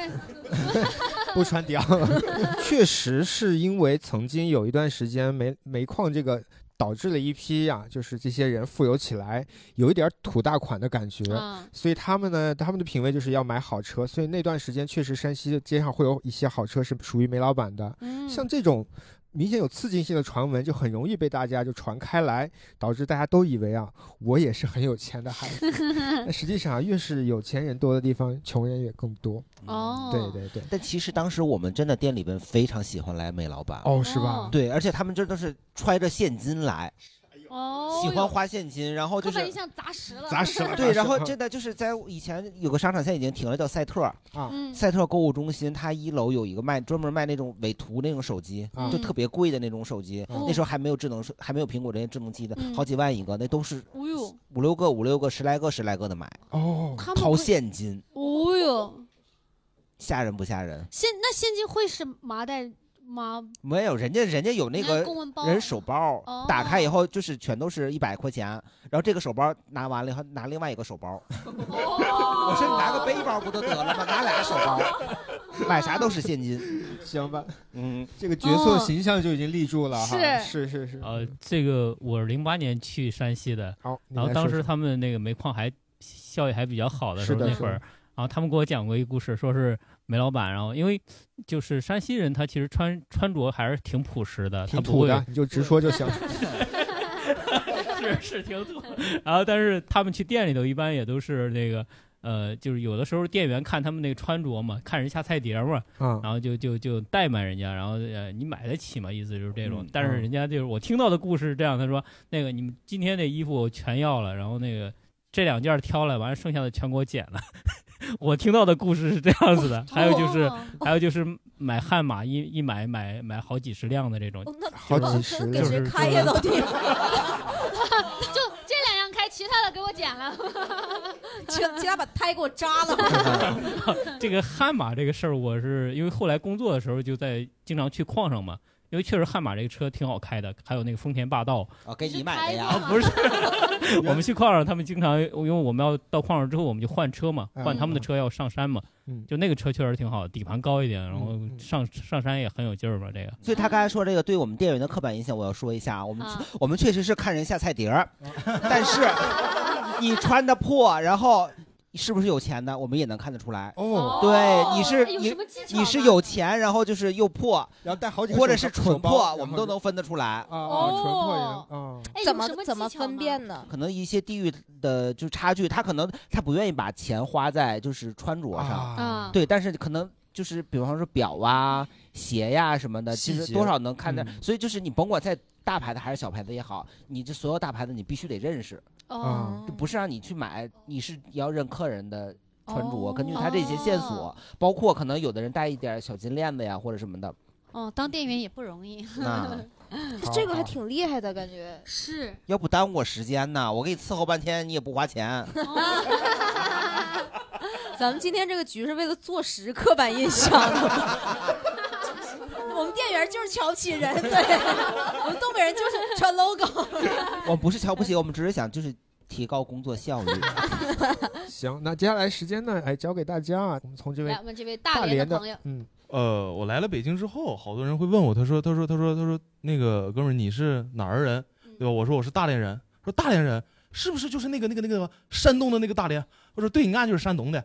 C: 不穿貂。 确实是因为曾经有一段时间煤煤矿这个。导致了一批呀、就是这些人富有起来，有一点儿土大款的感觉，
B: 嗯
C: 所以他们呢，他们的品味就是要买好车，所以那段时间确实山西的街上会有一些好车是属于煤老板的，
B: 嗯
C: 像这种明显有刺激性的传闻，就很容易被大家就传开来，导致大家都以为啊，我也是很有钱 的孩子。那实际上啊，越是有钱人多的地方，穷人也更多。
B: 哦
C: 对对对，
E: 但其实当时我们真的店里边非常喜欢来煤老板
C: 哦是吧哦
E: 对，而且他们这都是揣着现金来，
B: 哦，
E: 喜欢花现金，然后就
B: 刻板
E: 是
B: 印象砸实了，
E: 对，然后真的就是在以前有个商场，现在已经停了，叫赛特
C: 啊
B: 嗯
E: 赛特购物中心，它一楼有一个卖专门卖那种伪图那种手机
C: 啊，
E: 就特别贵的那种手机
B: 嗯，
E: 那时候还没有智能手，还没有苹果这些智能机的
B: 嗯，
E: 好几万一个，那都是
B: 哦呦，
E: 五六个、五六个、十来个、十来个的买，
C: 哦
B: 他们
E: 掏
B: 会
E: 现金，
B: 哦呦，
E: 吓人不吓人？
B: 现那现金会是麻袋吗？
E: 没有，人家人家有那
B: 人
E: 个
B: 家公文包
E: 人手包
B: 哦，
E: 打开以后就是全都是一百块钱，然后这个手包拿完了以后拿另外一个 手包，我说你拿个背包不就得了吗？拿俩手包，买啥都是现金，
C: 行吧？
E: 嗯，
C: 这个角色形象就已经立住了哈。是是是，
J: 呃，这个我零八年去山西的，
C: 你
J: 然后
C: 来
J: 当
C: 说
J: 时
C: 说
J: 他们那个煤矿还效益还比较好的时
C: 是
J: 候，
C: 的
J: 那
C: 是
J: 会儿，
C: 的
J: 然后他们给我讲过一个故事，说是煤老板，然后因为就是山西人，他其实穿穿着还是挺朴实的，他
C: 挺
J: 不
C: 土
J: 会
C: 的，你就直说就 行。
J: 是是挺土。然后但是他们去店里头一般也都是那个。呃，就是有的时候店员看他们那个穿着嘛，看人下菜碟嘛，
C: 嗯
J: 然后就就就怠慢人家，然后呃，你买得起吗？意思就是这种。但是
C: 嗯
J: 人家就是我听到的故事是这样，他说那个你们今天这衣服我全要了，然后那个这两件挑了，完了剩下的全给我剪了。 我听到的故事是这样子的，还有就是还有就是买悍马一一买买买好几十辆的这种，
C: 好几十
J: 哦就
C: 辆
J: 是
C: 给谁
J: 就
C: 开
J: 是
C: 呀
B: 都听。就这两样开，其他的给我剪了，
D: 其其他把胎给我扎了。
J: 这个悍马这个事儿，我是因为后来工作的时候就在经常去矿上嘛，因为确实悍马这个车挺好开的，还有那个丰田霸道。
E: 哦，给你买的呀，
J: 啊 不是，我们去矿上，他们经常因为我们要到矿上之后，我们就换车嘛，
E: 嗯
J: 换他们的车要上山嘛。
C: 嗯
J: 就那个车确实挺好，底盘高一点，然后上上山也很有劲儿嘛。这个
E: 所以他刚才说这个对我们店员的刻板印象，我要说一
C: 嗯
E: 下啊，我们、
J: 啊
E: 我们确实是看人下菜 碟儿，但是你穿的破，然后是不是有钱的，我们也能看得出来。
C: 哦
E: 对，你是
C: 哎有
E: 你
C: 什么技巧呢
E: 你是有钱，然后就是又破，
C: 然后带好几个
E: 或者是
C: 手
E: 蠢
C: 包
E: 破
C: 然，后
E: 我们都能分得出来。
C: 啊
D: 哦
C: 啊，纯破人啊。
D: 怎么怎么分辨呢？
E: 可能一些地域的就差距，他可能他不愿意把钱花在就是穿着上，
B: 嗯
D: 啊
E: 对，但是可能就是比方说表啊、鞋呀、什么的，
C: 细
E: 其
C: 节
E: 实多少能看得。
C: 嗯
E: 所以就是你甭管在大牌子还是小牌子也好，你这所有大牌子你必须得认识，
C: 哦
E: 就不是让你去买，你是要认客人的。穿着根据他这些
B: 哦
E: 线索，包括可能有的人带一点小金链子呀或者什么的，
B: 哦，当店员也不容易。
E: 那
D: 这个还挺厉害的感觉。
B: 是，
E: 要不耽误我时间呢。我给你伺候半天，你也不花钱。
D: 咱们今天这个局是为了坐实刻板印象的。 我们店员就是瞧不起人，对，我们东北人就是穿 logo。
E: 我不是瞧 不起，我们只是想就是提高工作效率。
C: 行，那接下来时间呢，哎，交给大家啊，我们从这位
B: 来，我们这位大连的朋友，
C: 嗯，
L: 呃，我来了北京之后，好多人会问我，他说，他说，他说，他说，那个哥们儿你是哪儿人，
D: 嗯
L: 对吧？我说我是大连人，说大连人是不是就是那个那个那个山东的那个大连？我说对，你俺就是山东的，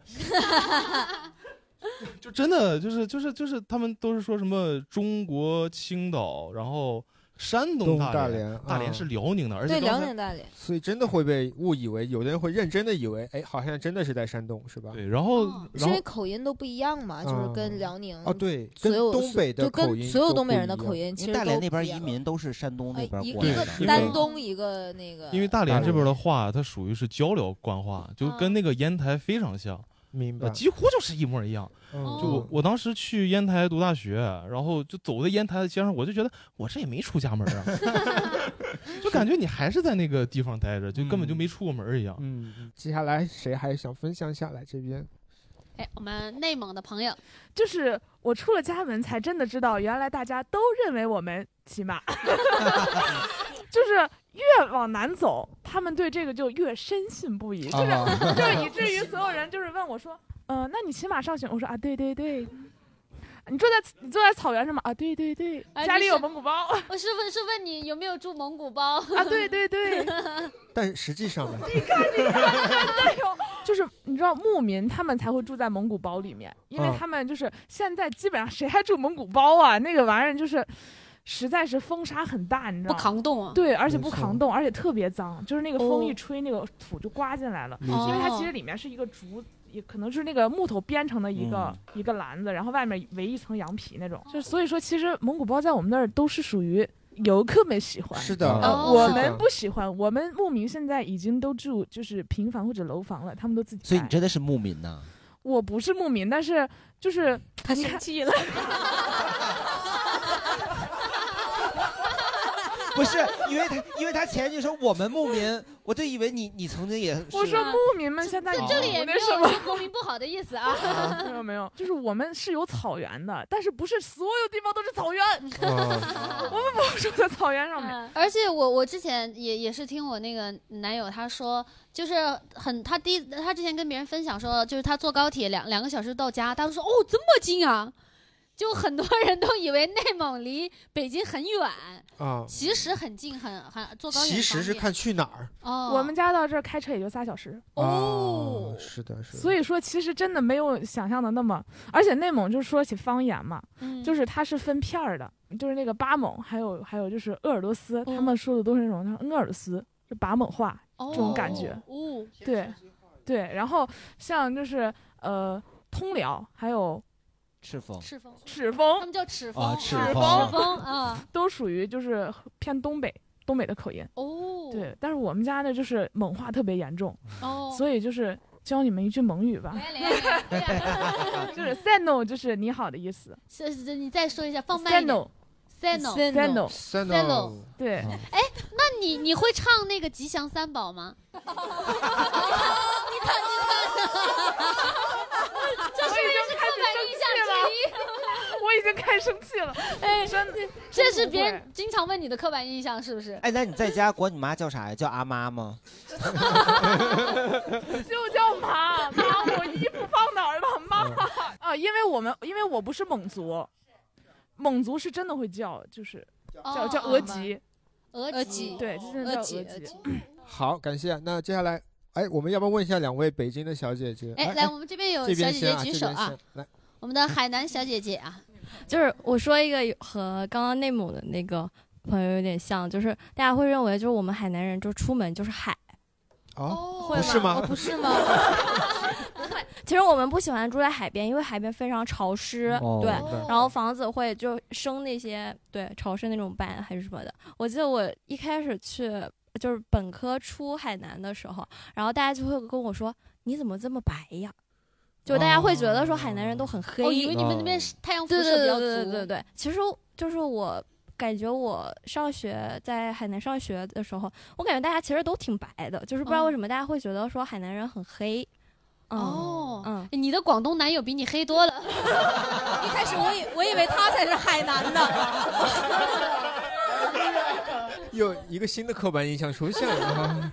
L: 就真的就是就是就是他们都是说什么中国青岛，然后山东
C: 东
L: 大
C: 大
L: 连
C: 连，
L: 大连
C: 啊
L: 是辽宁的，而且
D: 对，
L: 刚
D: 辽
L: 才
D: 宁大连。
C: 所以真的会被误以为，有的人会认真的以为，哎，好像真的是在山东，是吧？
L: 对，然后
D: 哦是因为口音都不一样嘛，就是
C: 嗯
D: 跟辽宁
C: 哦，对，
D: 所
C: 跟
D: 有
C: 东北的
D: 就跟
C: 口音
D: 所有
C: 都
D: 东北
C: 不
D: 人的
C: 一
D: 口
C: 样
D: 音其
E: 因为
D: 实
E: 大
D: 都
E: 连那
D: 不
E: 边
D: 一
E: 移
D: 样哎
E: 民都是山东那边
D: 一
E: 过
D: 一
E: 来
D: 个
E: 的，
D: 丹东，一个那个，
L: 因为大连这边的话，它属于是交流官话，就跟那个烟台非常像，
C: 明
L: 白？几乎就是一模一样。
C: 嗯
L: 就我我当时去烟台读大学，然后就走在烟台的街上，我就觉得我这也没出家门啊，就感觉你还是在那个地方待着，就根本就没出过门一样。
C: 嗯，接下来谁还想分享下来这边？
B: 哎，我们内蒙的朋友，
G: 就是我出了家门才真的知道，原来大家都认为我们 骑马， 就是越往南走，他们对这个就越深信不疑，就是、
L: 啊
G: 就是以至于所有人就是问我说，呃，那你骑马上学？我说啊，对对对。你住在你住在草原上吗？啊，对对对，
B: 哎
G: 家里
B: 你
G: 有
B: 是
G: 蒙古包。
B: 我是问是问你有没有住蒙古包啊？
G: 对 对对，
C: 但实际上呢，
G: 就是你知道牧民他们才会住在蒙古包里面，因为
C: 嗯
G: 他们就是现在基本上谁还住蒙古包啊？那个玩意儿就是。实在是风沙很大，你知道吗
B: 不扛冻啊
G: 对，而且
B: 没
G: 不
B: 错
G: 扛冻，而且特别脏，嗯就是那个
B: 哦
G: 风一吹，那个土就刮进来了。
B: 没错
G: 因为它其实里面是一个竹，也可能是那个木头编成的一
C: 嗯
G: 个、一个篮子，然后外面围一层羊皮那种。就所以说，其实蒙古包在我们那儿都是属于游客们喜欢。
C: 是的
G: 呃
C: 哦
G: 我
C: 是的
G: 们不喜欢，我们牧民现在已经都住就是平房或者楼房了，他们都自己。
E: 所以你真的是牧民 呐。
G: 我不是牧民，但是就是他生
D: 气了。
E: 不是，因为他因为他前一句说我们牧民，我就以为你你曾经也是。
G: 我说牧民们现在
E: 这这里
B: 也没
G: 那
B: 有
G: 什么
B: 说牧民不好的意思啊
G: 没有没有，就是我们是有草原的，但是不是所有地方都是草原，
B: 哦
G: 我们不住在草原上面。
B: 而且我我之前也也是听我那个男友他说，就是很他第一他之前跟别人分享说，就是他坐高铁两两个小时到家，他们说哦这么近啊， 就很多人都以为内蒙离北京很远，
C: 啊，
B: 其实很近，很很坐高铁
C: 其实是
B: 很方便
C: 看去哪儿。
B: 哦，
G: 我们家到这儿开车也就仨小时，
C: 哦，是的，是的。
G: 所以说其实真的没有想象的那么，而且内蒙就是说起方言嘛，
B: 嗯
G: 就是它是分片儿的，就是那个巴蒙，还有还有就是鄂尔多斯，
B: 哦
G: 他们说的都是那种像鄂尔多斯，就巴蒙话、这种感觉。
B: 哦，
G: 对，对，然后像就是呃通辽，还有
E: 赤峰，
B: 赤峰，
G: 赤峰，他
B: 们叫赤
E: 啊赤
G: 赤
E: 峰
B: 峰啊，
G: 都属于就是偏东北东北的口音。
B: 哦，
G: 对，但是我们家呢就是蒙话特别严重，
B: 哦
G: 所以就是教你们一句蒙语吧，就是 s a n o 就是你好的意思
B: 是是，你再说一下，放慢一
G: s
B: 点
G: no。
B: ，seno
G: s a n o
C: s
B: Seno Seno
G: 对，
B: 哎，那你你会唱那个《吉祥三宝》吗？
G: 这是一个刻板印象之一。 我已经开始生气了，
B: 哎，
G: 真的，
B: 这是别人经常问你的刻板印象，是不是？
E: 哎，那你在家管你妈叫啥呀？叫阿妈吗？
G: 就叫妈妈，我衣服放哪儿了妈啊？因为我们因为我不是蒙族，蒙族是真的会叫，就是叫
B: 哦
G: 叫额吉，
B: 额吉
G: 对，这真的叫
B: 额
G: 额
B: 吉
G: 吉。
C: 好，感谢。那接下来，哎，我们要不要问一下两位北京的小姐姐？
B: 哎来我们这边有
C: 这边
B: 小姐姐
C: 先啊
B: 举
C: 这
B: 手
C: 边
B: 啊
C: 先来，
B: 我们的海南小姐姐啊，
K: 就是我说一个有和刚刚内蒙的那个朋友有点像，就是大家会认为就是我们海南人就出门就是海，
C: 哦，
K: 会
C: 不是吗？
K: 哦不是吗？其实我们不喜欢住在海边，因为海边非常潮湿，
C: 哦
K: 对
C: 明白，
K: 然后房子会就生那些对潮湿那种斑还是什么的。我记得我一开始去就是本科出海南的时候，然后大家就会跟我说：“你怎么这么白呀？”就大家会觉得说海南人都很黑，
B: 哦以为你们那边是太阳辐
K: 对
B: 射
K: 对
B: 比较
K: 对
B: 足
K: 对对对对，其实就是我感觉我上学在海南上学
B: 嗯
K: 的时候，我感觉大家其实都挺白的，就是不知道为什么大家会觉得说海南人很黑。
B: 哦，嗯，你的广东男友比你黑多了。
D: 一开始我以我以为他才是海南 的。
C: 又一个新的刻板印象出现了
B: 嗯
C: 啊。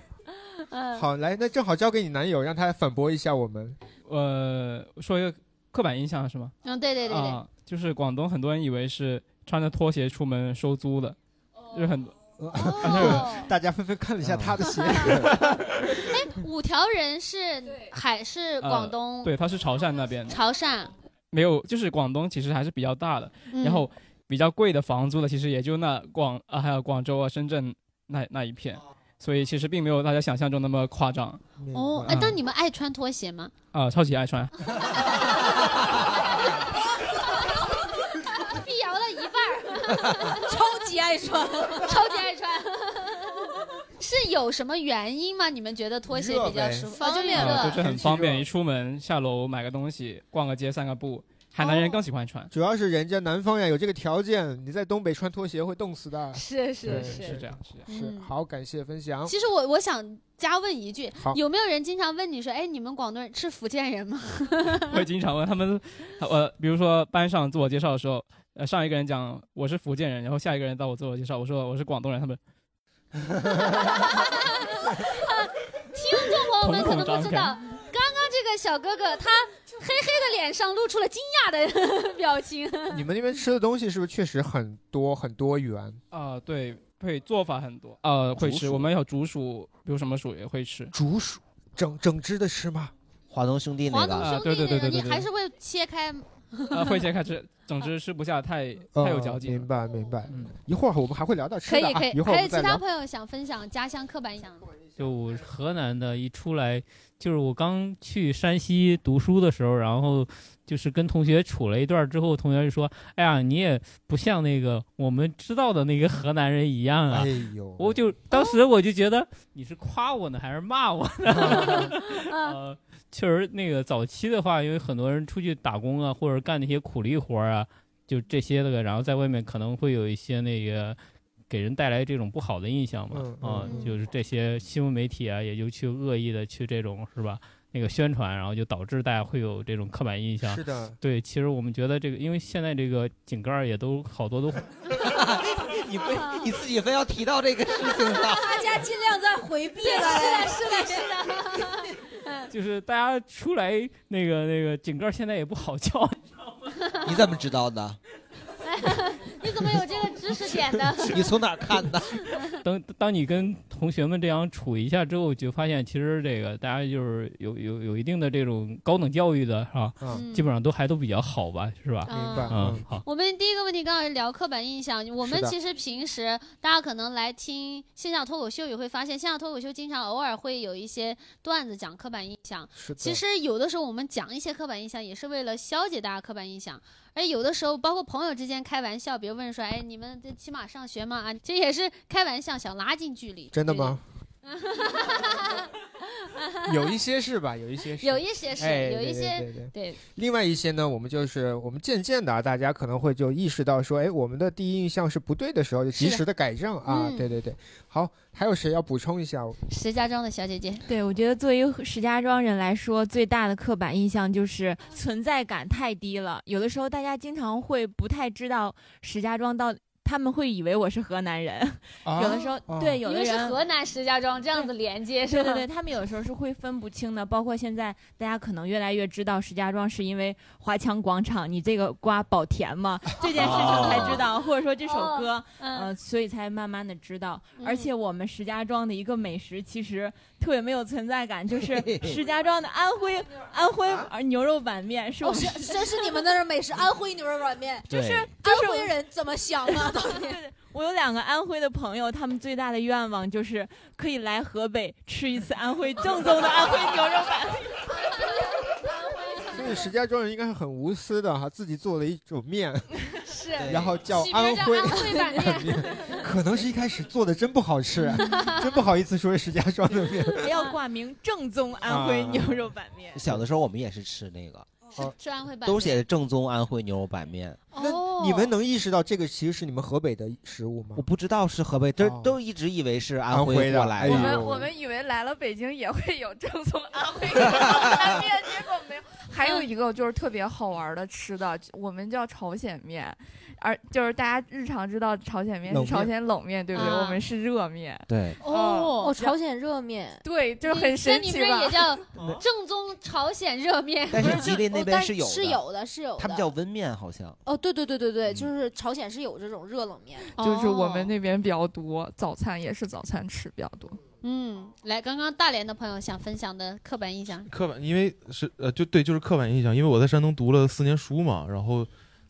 C: 好，来，那正好交给你男友，让他反驳一下我们。
M: 呃，说一个刻板印象是吗？
B: 嗯，对对对对，
M: 啊，就是广东很多人以为是穿着拖鞋出门收租的，
B: 哦
M: 就是很多。
C: 哦
M: 啊
C: 大家纷纷看
M: 嗯
C: 了一下他 的鞋。
B: 哎，五条人 是海是广东，
M: 呃对，他是潮汕那边的，
B: 潮汕，
M: 没有，就是广东其实还是比较大的，
B: 嗯
M: 然后比较贵的房租的，其实也就那广啊，还有广州啊、深圳那那一片，所以其实并没有大家想象中那么夸张。嗯
B: 哦，哎，那你们爱穿拖鞋吗？
M: 啊、超级爱穿，
B: 辟谣了一半儿
D: 超级爱穿
B: 超级爱穿。 是有什么原因吗？你们觉得拖鞋比较舒服？
D: 方便
B: 哦
M: 啊，
B: 就
M: 就
B: 热
M: 是很方便，一出门下楼买个东西，逛个街散个步，海南人
B: 哦
M: 更喜欢穿。
C: 主要是人家南方呀有这个条件，你在东北穿拖鞋会冻死的。
B: 是是
C: 对
B: 是
M: 是这样是
B: 这样
C: 是
B: 嗯
C: 好，感谢分享。
B: 其实我我想加问一句
M: 好，
B: 有没有人经常问你说，哎，你们广东人是福建人吗？
M: 我也经常问他们，呃，比如说班上自我介绍的时候，呃，上一个人讲我是福建人，然后下一个人到我自我介绍，我说我是广东人，他们
B: 听众朋友们可能不
M: 瞳孔张
B: 知
M: 开
B: 道，刚刚这个小哥哥他黑黑的脸上露出了惊讶的表情。
C: 你们那边吃的东西是不是确实很多很多元？
M: 啊、对，会做法很多，呃，会
C: 竹
M: 吃，
C: 鼠
M: 我们有竹鼠，比如什么鼠也会吃，
C: 竹鼠整整只的吃吗？
E: 华东兄弟
B: 黄东兄
M: 啊对
B: 弟
M: 对对
B: 那个，你
M: 对对，
B: 还是会切开。
M: 啊，会切开吃，总之吃不下 太
C: 呃
M: 太有嚼劲。嗯
C: 明白明白。一会儿我们还会聊到吃
B: 可
C: 的
B: 以
C: 啊，
B: 可以
C: 一，会儿我
B: 还有
C: 们
B: 其
C: 再
B: 他
C: 聊。
B: 朋友想分享家乡刻板印象？
J: 就我是河南的，一出来就是我刚去山西读书的时候，然后就是跟同学处了一段之后，同学就说：“哎呀，你也不像那个我们知道的那个河南人一样啊。”
C: 哎呦，
J: 我就当时我就觉得你是夸我呢还是骂我呢？
B: 嗯
J: 呃，确实那个早期的话，因为很多人出去打工啊，或者干那些苦力活啊，就这些的，然后在外面可能会有一些那个给人带来这种不好的印象嘛，
M: 嗯嗯
J: 啊、
M: 嗯
J: 就是这些新闻媒体啊，也就去恶意的去这种是吧？那个宣传，然后就导致大家会有这种刻板印象。
C: 是的
J: 对，其实我们觉得这个，因为现在这个井盖儿也都好多都
E: 你非你自己非要提到这个事情上，
D: 大家尽量在回避了，哎嗯
B: 是的，是 的，
D: 是的。
J: 就是大家出来那个那个井盖儿现在也不好 叫，
E: 你怎么知道的？
B: 你怎么有这个知识点呢？
E: 你从哪儿看 的？
J: 当当你跟同学们这样处一下之后，就发现其实这个大家就是有有有一定的这种高等教育的是吧？
B: 嗯
J: 基本上都还都比较好吧，是吧？
B: 明白
J: 嗯
C: 啊
B: 嗯，
J: 好。
B: 我们第一个问题刚刚聊刻板印象，我们
J: 是的
B: 其实平时大家可能来听线下脱口秀也会发现，线下脱口秀经常偶尔会有一些段子讲刻板印象
C: 是。的
B: 其实有的时候我们讲一些刻板印象，也是为了消解大家刻板印象。而有的时候，包括朋友之间开玩笑，比如问说：“哎，你们这骑马上学吗？”啊，这也是开玩笑，想拉近距离。
C: 真的吗？
B: 对？
C: 有一些是吧？有一些是。
B: 有一些是，
C: 哎
B: 有一
C: 对对
B: 些
C: 对对
B: 对
C: 另外一些呢，我们就是我们渐渐的啊，大家可能会就意识到说，哎，我们的第一印象是不对的时候，就及
B: 是的
C: 时的改正啊。
B: 嗯
C: 对对对，好，还有谁要补充一下？
B: 石家庄的小姐姐，
N: 对，我觉得作为一个石家庄人来说，最大的刻板印象就是存在感太低了。有的时候大家经常会不太知道石家庄到，他们会以为我是河南人。
B: 啊
N: 有的时候，对，有
B: 因
N: 的
B: 为是
C: 哦
N: 人。
B: 河南石家庄这样子连接，是
N: 对
B: 吧？
N: 对对，他们有时候是会分不清的，包括现在大家可能越来越知道石家庄是因为华强广场，你这个瓜保甜嘛这件事情才知道，或者说这首
D: 哦
N: 歌，
D: 嗯
N: 呃，所以才慢慢的知道。而且我们石家庄的一个美食其实特别没有存在感，就是石家庄的安徽安徽呃牛肉板面是我
D: 哦，
N: 们
D: 是这是你们那儿美食，安徽牛肉板面，
N: 就是对
D: 安徽人怎么想啊？ 到底
N: 我有两个安徽的朋友，他们最大的愿望就是可以来河北吃一次安徽正宗的安徽牛肉 板面。
C: 所以石家庄人应该是很无私的哈，自己做了一种面，
B: 是
C: 然后叫
B: 起名
C: 安
B: 叫
C: 徽
B: 安徽板 面
C: 可能是一开始做的真不好 吃，啊 真不好意思说是石家庄的 面。
N: 还要挂名正宗安
C: 啊
N: 徽牛肉板面。
E: 小的时候我们也是吃那个，
C: 哦
B: 吃安徽板面
E: 都写着正宗安徽牛肉板面。
B: 哦，
C: 你们能意识到这个其实是你们河北的食物吗？哦
E: 我不知道是河北，这都一直以为是安
C: 徽的
E: 过来
C: 哎
E: 的。
C: 呦
O: 们我们以为来了北京也会有正宗安徽的 拉面，结果没有。
I: 还有一个就是特别好玩的吃的，我们叫朝鲜面，而就是大家日常知道朝鲜面
E: 冷
I: 是
E: 面
I: 朝鲜冷面，对不对？
E: 啊
I: 我们是热面。
E: 对
B: 哦
D: 哦，朝鲜热面，
I: 对，就是
B: 你
I: 很
B: 在
I: 神
B: 你
I: 奇
B: 们
I: 吧？
B: 这儿也叫正宗朝鲜热面，
E: 但是吉林
B: 哦
E: 那边
D: 是
E: 有
D: 是
E: 有
D: 有的，是有的。
E: 他们叫嗯温面好像。
D: 哦，对对对对对，就是朝鲜是有这种热冷面的，
I: 哦就是我们那边比较多，早餐也是早餐吃比较多。
B: 嗯，来，刚刚大连的朋友想分享的刻板印象，
L: 刻板，因为是呃，就对，就是刻板印象。因为我在山东读了四年书嘛，然后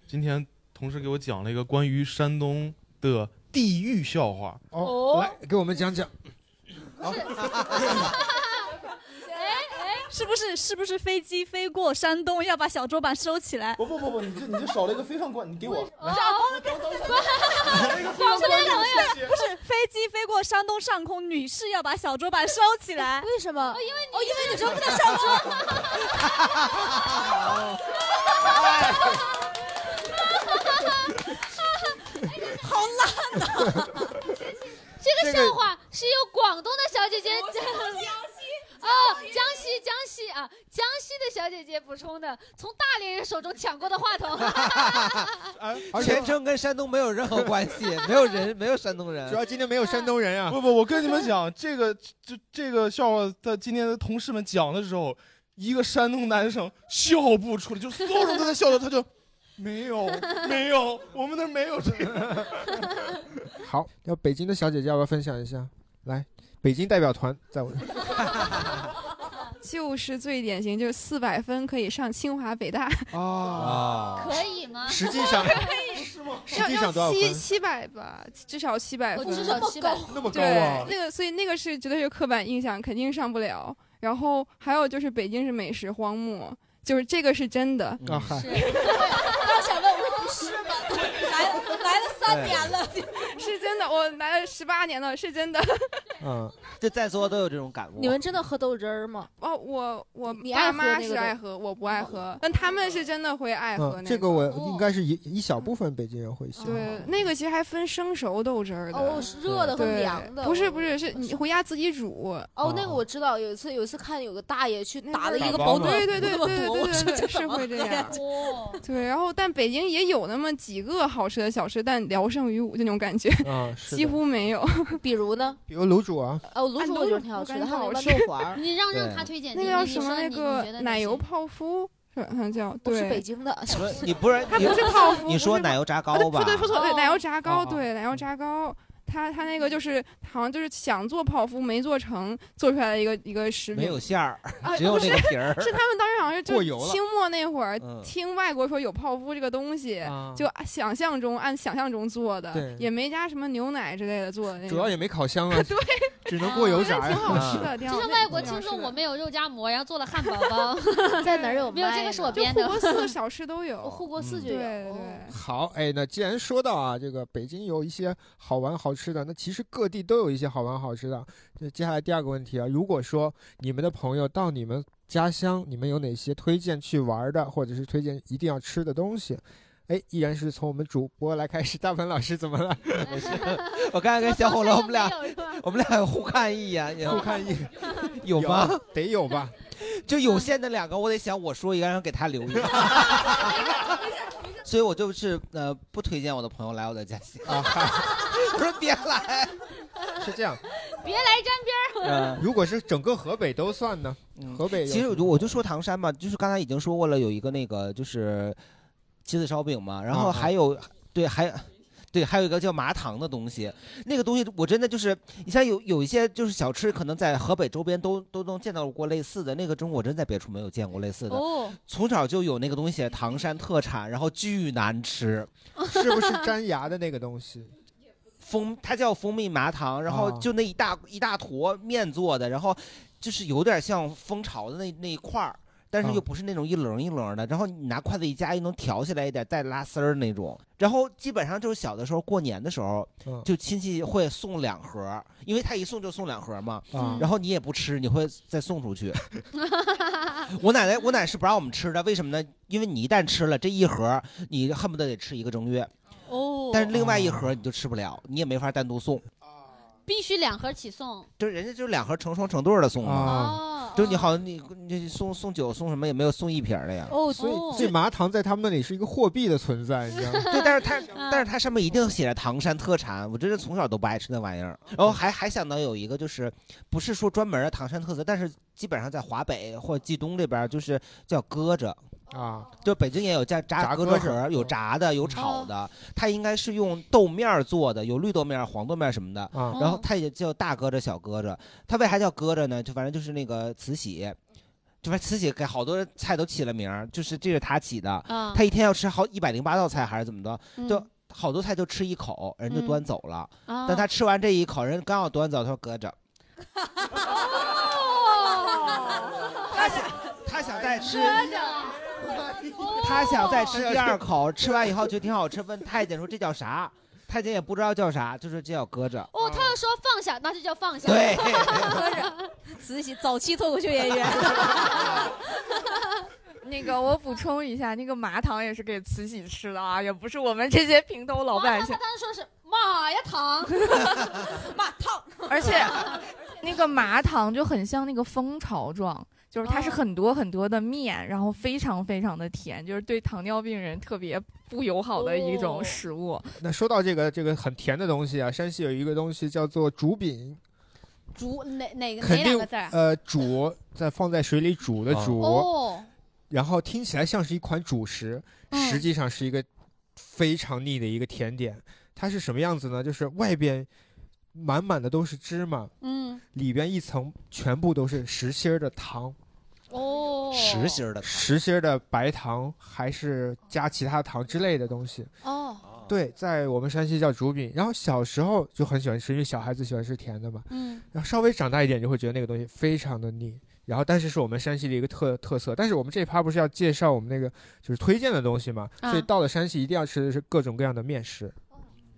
L: 今天同事给我讲了一个关于山东的地域笑话。
C: 哦，来给我们讲讲。
D: 哎
H: 是不是是不是飞机飞过山东要把小桌板收起来？
P: 不不不不，你这你这少了一个非常关，你给我。
H: 这
D: 哦
H: 等等等，广东朋友不是飞机飞过山东上空，女士要把小桌板收起来。
D: 为什么？
H: 因为
D: 哦，因为
H: 女生不能上桌。
B: 好烂呐、这个笑话是由广东的小姐姐
O: 不是
B: 江
O: 江西
B: 哦，江西江西啊，江西的小姐姐补充的，从大连人手中抢过的话筒。哎
E: 全程跟山东没有任何关系，没有人，没有山东人。
L: 主要今
C: 天没有山东人啊呀、
L: 不不，我跟你们讲，这个这这个笑话，在今天的同事们讲的时候，一个山东男生笑不出来，就所有人都在笑的，他就没有没有，我们那儿没有这个。
C: 好，要北京的小姐姐要不要分享一下？来，北京代表团在我这儿。
F: 就是最典型，就是四百分可以上清华北大。
C: 哦
B: 可以吗
C: 实际上
F: 可
C: 以是吗实
F: 要
C: 际上多少
F: 要
C: 分
F: 七七百吧，至少七
D: 哦
F: 百
B: 我
F: 分，
B: 至少700那么高
C: 那么高啊
F: 对，那个所以那个是绝对是刻板印象，肯定上不了。然后还有就是北京是美食荒漠，就是这个是真的。
C: 啊嗨，
D: 刚想问我说不是吗？来来了三年了，
F: 是真的，我来了十八年了，是 真的。
C: 嗯，
E: 这在座都有这种感悟。
D: 你们真的喝豆汁儿吗？
F: 哦，我我
D: 你爱
F: 爸
D: 喝
F: 妈
D: 那个
F: 是
D: 的嗯
F: 爱喝，我不爱喝，但他们是真的会爱喝
C: 嗯，
F: 那哦嗯
C: 这个我应该是一一小部分北京人会喜欢。
F: 对，那个其实还分生熟豆汁儿的，
D: 哦是热的和
F: 对
D: 凉的
F: 不是不是，是你回家自己煮。啊
D: 哦，那个我知道，有一次有一次看有个大爷去打了一个
F: 打包
D: 保暖
F: 嘛
D: 壶
F: 对对对
D: 那么
F: 对对
D: 多
F: 对
D: 我
F: 对
D: 说
F: 对
D: 这
F: 是
D: 怎么
F: 会这
D: 喝呀
F: 样
D: 哦
F: 对，然后但北京也有那么几个好吃的小吃，但聊胜于无这种感觉，
C: 啊是的
F: 几乎没有。
D: 比如呢？
C: 比如卤煮啊，
D: 哦，卤煮我觉得挺好吃的，还有豌 豆环 儿。
B: 你让
C: 让他
B: 推荐
F: 那
B: 你
F: 个叫
B: 你
F: 什么
B: 说
F: 那
B: 你你觉得
F: 个
B: 你
F: 奶油
B: 是
F: 泡芙，是好像叫
D: 我
F: 对，
D: 是北京的，
E: 你不是
F: 它
E: 你
F: 不是泡芙
E: 你说
F: 不是
E: 奶油炸
F: 啊
E: 糕吧？
F: 对，说错了，对，奶油炸糕，
E: 哦
F: 对，奶油炸糕。它它那个
B: 嗯
F: 就是好像就是想做泡芙没做成，做出来的一个一个食品，
E: 没有馅儿
F: 啊，
E: 只有
F: 不是
E: 那个皮儿。
F: 是他们当时好像 是就
E: 过油了
F: 清末那会儿
E: 嗯
F: 听外国说有泡芙这个东西，
C: 啊
F: 就按想象中按想象中做
C: 对
F: 的，也没加什么牛奶之类的做的那种。
C: 主要也没烤箱啊，
F: 对，
C: 只能过油炸呀。
F: 挺好吃的，挺
B: 就
F: 好
B: 像
F: 那
B: 外国
F: 挺好
B: 听
F: 吃
B: 众，
F: 的
B: 我们有肉夹馍，然后做了汉堡包，
D: 在哪儿有
B: 没有，这
D: 卖
B: 个是我
D: 呢
B: 编的。
F: 就护国寺小吃都 有，
D: 护国寺
E: 嗯
F: 就
D: 有
F: 对
B: 哦
F: 对，
C: 好，哎，那既然说到啊，这个北京有一些好玩好吃的，那其实各地都有一些好玩好吃的。那接下来第二个问题啊，如果说你们的朋友到你们家乡，你们有哪些推荐去玩的，或者是推荐一定要吃的东西？哎，依然是从我们主播来开始。大鹏老师怎么了？
E: 没事，我刚才跟小火龙，我们俩 我们俩互看一眼，也
C: 互看一眼，
E: 有吗？
C: 得有吧。
E: 就有限的两个，我得想我说一个，然后给他留一个。 所以我就是呃不推荐我的朋友来我的家乡。我说 别来，
C: 啊是这样。
B: 别来沾边儿。
C: 如果是整个河北都算呢？
B: 嗯
C: 河北有
E: 其实我
C: 什
E: 就
C: 么
E: 我就说唐山嘛，就是刚才已经说过了，有一个那个就是鸡子烧饼嘛，然后
C: 啊
E: 还有、对还。对，还有一个叫麻糖的东西，那个东西我真的就是，你像有有一些就是小吃，可能在河北周边都都能见到过类似的，那个中国真在别处没有见过类似的。
B: 哦
E: 从小就有那个东西，唐山特产，然后巨难吃，
C: 是不是粘牙的那个东西？
E: 蜂它叫蜂蜜麻糖，然后
C: 啊
E: 就那一大一大坨面做的，然后就是有点像蜂巢的那那一块儿，但
C: 嗯
E: 是又不是那种一棱一棱的，然后你拿筷子一夹，又能挑起来一点带拉丝儿那种。然后基本上就是小的时候过年的时候
C: 嗯，
E: 就亲戚会送两盒，因为他一送就送两盒嘛
C: 啊，
E: 然后你也不吃，你会再送出去。 我奶奶我奶是不让我们吃的，为什么呢？因为你一旦吃了这一盒，你恨不得得吃一个正月，
B: 哦，
E: 但是另外一盒你就吃不了，你也没法单独送，
B: 必须两盒起送。
E: 就是人家就是两盒成双成对儿的送嘛，啊就是你好像你你送送酒送什么也没有送一瓶儿的呀。
B: 哦
C: 所以这麻糖在他们那里是一个货币的存在，你知 道吗？
E: 对，但是啊它但是它上面一定写着唐山特产，我真是从小都不爱吃那玩意儿。然后还还想到有一个就是，不是说专门的唐山特色，但是基本上在华北或冀东这边儿就是叫鸽子。
C: 啊，
B: 哦
E: 就北京也有炸炸
C: 炸
E: 鸽
C: 鸽嗯
E: 子
C: 子
E: 盒儿，有炸的，有
Q: 哦
E: 炒的。它应该是用豆面儿做的，有绿豆面儿、黄豆面儿什么的。
C: 啊
Q: 哦
E: 然后它也叫大鸽子、小鸽子。它为啥叫鸽子呢？就反正就是那个慈禧，就反正慈禧给好多菜都起了名儿，就是这是她起的。
Q: 嗯
E: 她一天要吃好一百零八道菜还是怎么着？就
Q: 嗯
E: 好多菜就吃一口，人就
Q: 嗯
E: 端走了。
Q: 哦
E: 但她吃完这一口，人刚要端走，她说鸽子。
C: 啊
Q: 他想
E: 他想再吃，
Q: 他
E: 他
Q: 想
E: 想
Q: 再
E: 再
Q: 吃
E: 吃
Q: 第
E: 第
Q: 二
E: 二
Q: 口。
E: 口，吃完以后觉得挺好吃，问太监说这叫啥？太监也不知道叫啥，就是这叫搁着。
B: 哦，他要说放下，那就叫放下。
E: 对
B: 慈禧早期脱口秀演 员。
O: 那个 我补充一下，那个麻糖也是给慈禧吃的啊，也不是我们这些平头老百姓
B: 他。当时说是妈呀 糖，
I: 而且那个麻糖就很像那个蜂巢状，就是它是
B: 哦
I: 很多很多的面，然后非常非常的甜，就是对糖尿病人特别不友好的一
B: 哦
I: 种食物。
C: 那说到这个这个很甜的东西啊，山西有一个东西叫做竹饼，
B: 竹哪哪个
C: 肯
B: 哪
C: 定
B: 两个字儿啊？
C: 呃煮再放在水里煮的煮，
B: 哦，
C: 然后听起来像是一款主食，
B: 嗯
C: 实际上是一个非常腻的一个甜点。它是什么样子呢？就是外边满满的都是芝麻，
B: 嗯，
C: 里边一层全部都是实心儿的糖，
B: 哦，
E: 实心儿的
C: 实心儿的白糖，还是加其他糖之类的东西。
B: 哦，
C: 对，在我们山西叫竹饼。然后小时候就很喜欢吃，因为小孩子喜欢吃甜的嘛。
B: 嗯，
C: 然后稍微长大一点就会觉得那个东西非常的腻。然后，但是是我们山西的一个特特色。但是我们这一趴不是要介绍我们那个就是推荐的东西嘛？
B: 啊
C: 所以到了山西一定要吃的是各种各样的面食。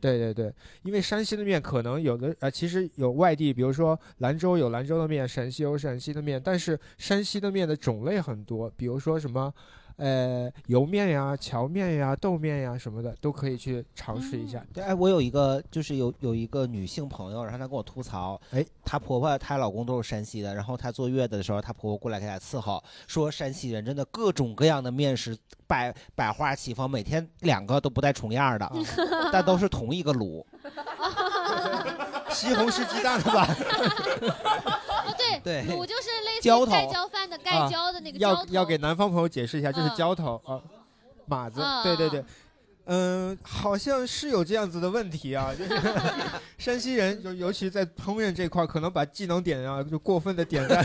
C: 对对对，因为山西的面可能有的呃，其实有外地，比如说兰州有兰州的面，陕西有陕西的面，但是山西的面的种类很多，比如说什么。呃，油面呀、荞面呀、豆面呀什么的，都可以去尝试一下。
E: 对，哎，我有一个，就是有有一个女性朋友，然后她跟我吐槽，
C: 哎，
E: 她婆婆、她老公都是山西的，然后她坐月子的时候，她婆婆过来给她伺候，说山西人真的各种各样的面食百百花齐放，每天两个都不带重样儿 的，但都是同一个卤，西红柿鸡蛋的 吧？
B: 哦对，
C: 对
B: 卤就是类似
C: 浇
B: 于
C: 头
B: 盖浇饭的盖浇的那个浇
C: 啊、要要给南方朋友解释一下，这是
B: 嗯
C: 浇头啊，码子，
B: 嗯
C: 对对对。嗯，好像是有这样子的问题啊，就是 山西人，就尤其在烹饪这块儿，可能把技能点啊，就过分的点 在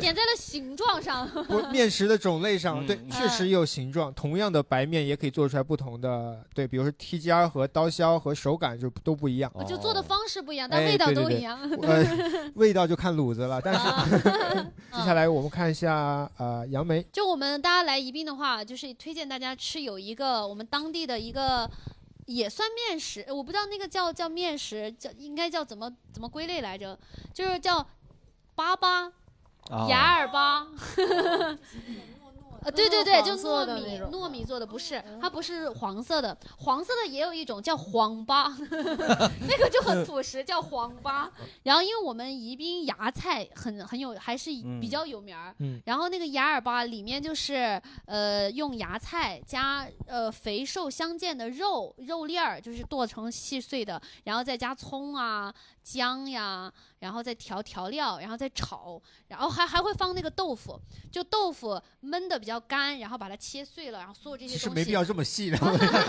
B: 点在了形状上。
C: 不面食的种类上。对，确实也有形状，同样的白面也可以做出来不同的，对，比如说剔尖儿和刀削和手感就都不一样。
B: 哦就做的方式不一样，但
C: 哎
B: 味道
C: 对对
B: 都
C: 对
B: 一样。 哦
C: 呃，味道就看卤子了。但是 接下来我们看一下呃杨梅，
B: 就我们大家来宜宾的话，就是推荐大家吃有一个我们当地的一个也算面食，呃我不知道那个叫叫面食，叫应该叫怎么怎么归类来着，就是叫粑粑、
E: 哦
B: 雅尔 粑。呃，对对对，就
Q: 黄色
B: 糯
Q: 的
B: 米
Q: 那种嗯
B: 糯米做的，不是它不是黄色的，黄色的也有一种叫黄粑， 那个就很朴实，叫黄粑。然后因为我们宜宾芽菜很很有，还是
Q: 嗯
B: 比较有名儿。
Q: 嗯
B: 然后那个芽尔粑里面就是呃用芽菜加呃肥瘦相间的肉肉粒儿，就是剁成细碎的，然后再加葱啊姜呀，然后再调调料，然后再炒，然后还还会放那个豆腐，就豆腐焖的比较干，然后把它切碎了，然后所有这些
E: 其
B: 东西
E: 实没必
C: 要这么 细的。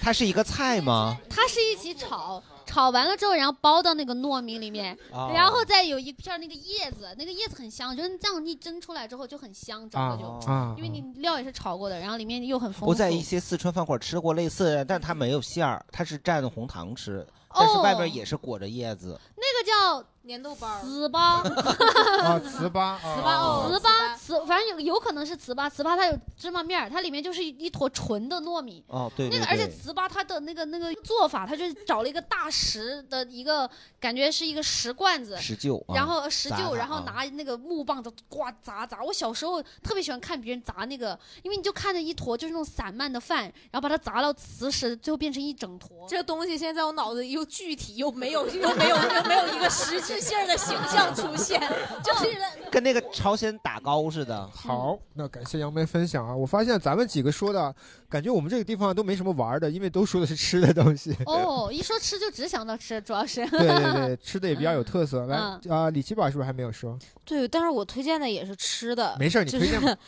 E: 它是一个菜吗？
B: 它是一起炒，炒完了之后，然后包到那个糯米里面，
E: 哦
B: 然后再有一片儿那个叶子，那个叶子很香，就是这样一蒸出来之后就很香，整个就，
E: 啊啊
B: 因为你料也是炒过的，然后里面又很丰富。
E: 我在一些四川饭馆吃过类似的，但
B: 哦
E: 它没有馅儿，它是蘸红糖吃，但是外边也是裹着叶子。
B: 那个叫
D: 粘豆包、
B: 糍粑，
C: 啊，糍粑，啊
D: 糍粑哦
B: 糍粑，糍，反正有有可能是糍粑，糍粑它有芝麻面儿，它里面就是一坨纯的糯米。
E: 哦，对对
B: 那
E: 对，
B: 个，而且糍粑它的那个那个做法，它就是找了一个大石的一个，感觉是一个石罐子，
E: 石臼啊
B: 然后呃石
E: 砸
B: 臼，
E: 它
B: 然后
E: 啊
B: 拿那个木棒子呱砸砸。我小时候特别喜欢看别人砸那个，因为你就看着一坨就是那种散漫的饭，然后把它砸到瓷实，最后变成一整坨。
D: 这东西现在我脑子又具 体又没有又没有又没有一个实质性的形象出现，就是
E: 跟那个朝鲜打糕似的。
C: 好，那感谢杨梅分享啊！我发现咱们几个说的，感觉我们这个地方都没什么玩儿的，因为都说的是吃的东西。
B: 哦，一说吃就只想到吃，主要是。
C: 对对对，吃的也比较有特色。来
D: 啊嗯
C: 啊，李奇宝是不是还没有说？
D: 对，但是我推荐的也是吃的，
C: 没事儿你
D: 呃就是
C: 推荐吧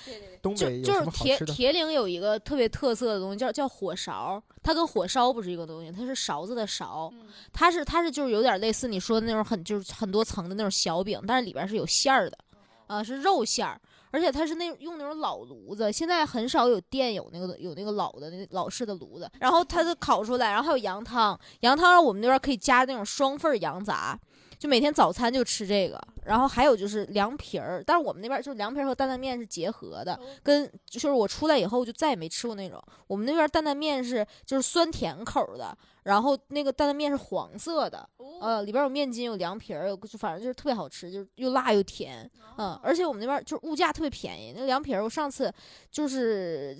C: 东
D: 就
C: 北有
D: 就
C: 什
D: 是
C: 么好
D: 铁
C: 吃的？
D: 铁岭有一个特别特色的东西，叫叫火勺，它跟火烧不是一个东西，它是勺子的勺，它是它是就是有点类似你说的那种很就是很多层的那种小饼，但是里边是有馅儿的，啊、是肉馅儿，而且它是那用那种老炉子，现在很少有店有那个有那个老的那个老式的炉子，然后它就烤出来，然后还有羊汤，羊汤我们那边可以加那种双份儿羊杂。就每天早餐就吃这个，然后还有就是凉皮儿，但是我们那边就是凉皮儿和担担面是结合的，跟就是我出来以后就再也没吃过那种。我们那边担担面是就是酸甜口儿的，然后那个担担面是黄色的，呃，里边有面筋、有凉皮儿，有就反正就是特别好吃，就是又辣又甜，嗯，而且我们那边就是物价特别便宜，那个凉皮儿我上次就是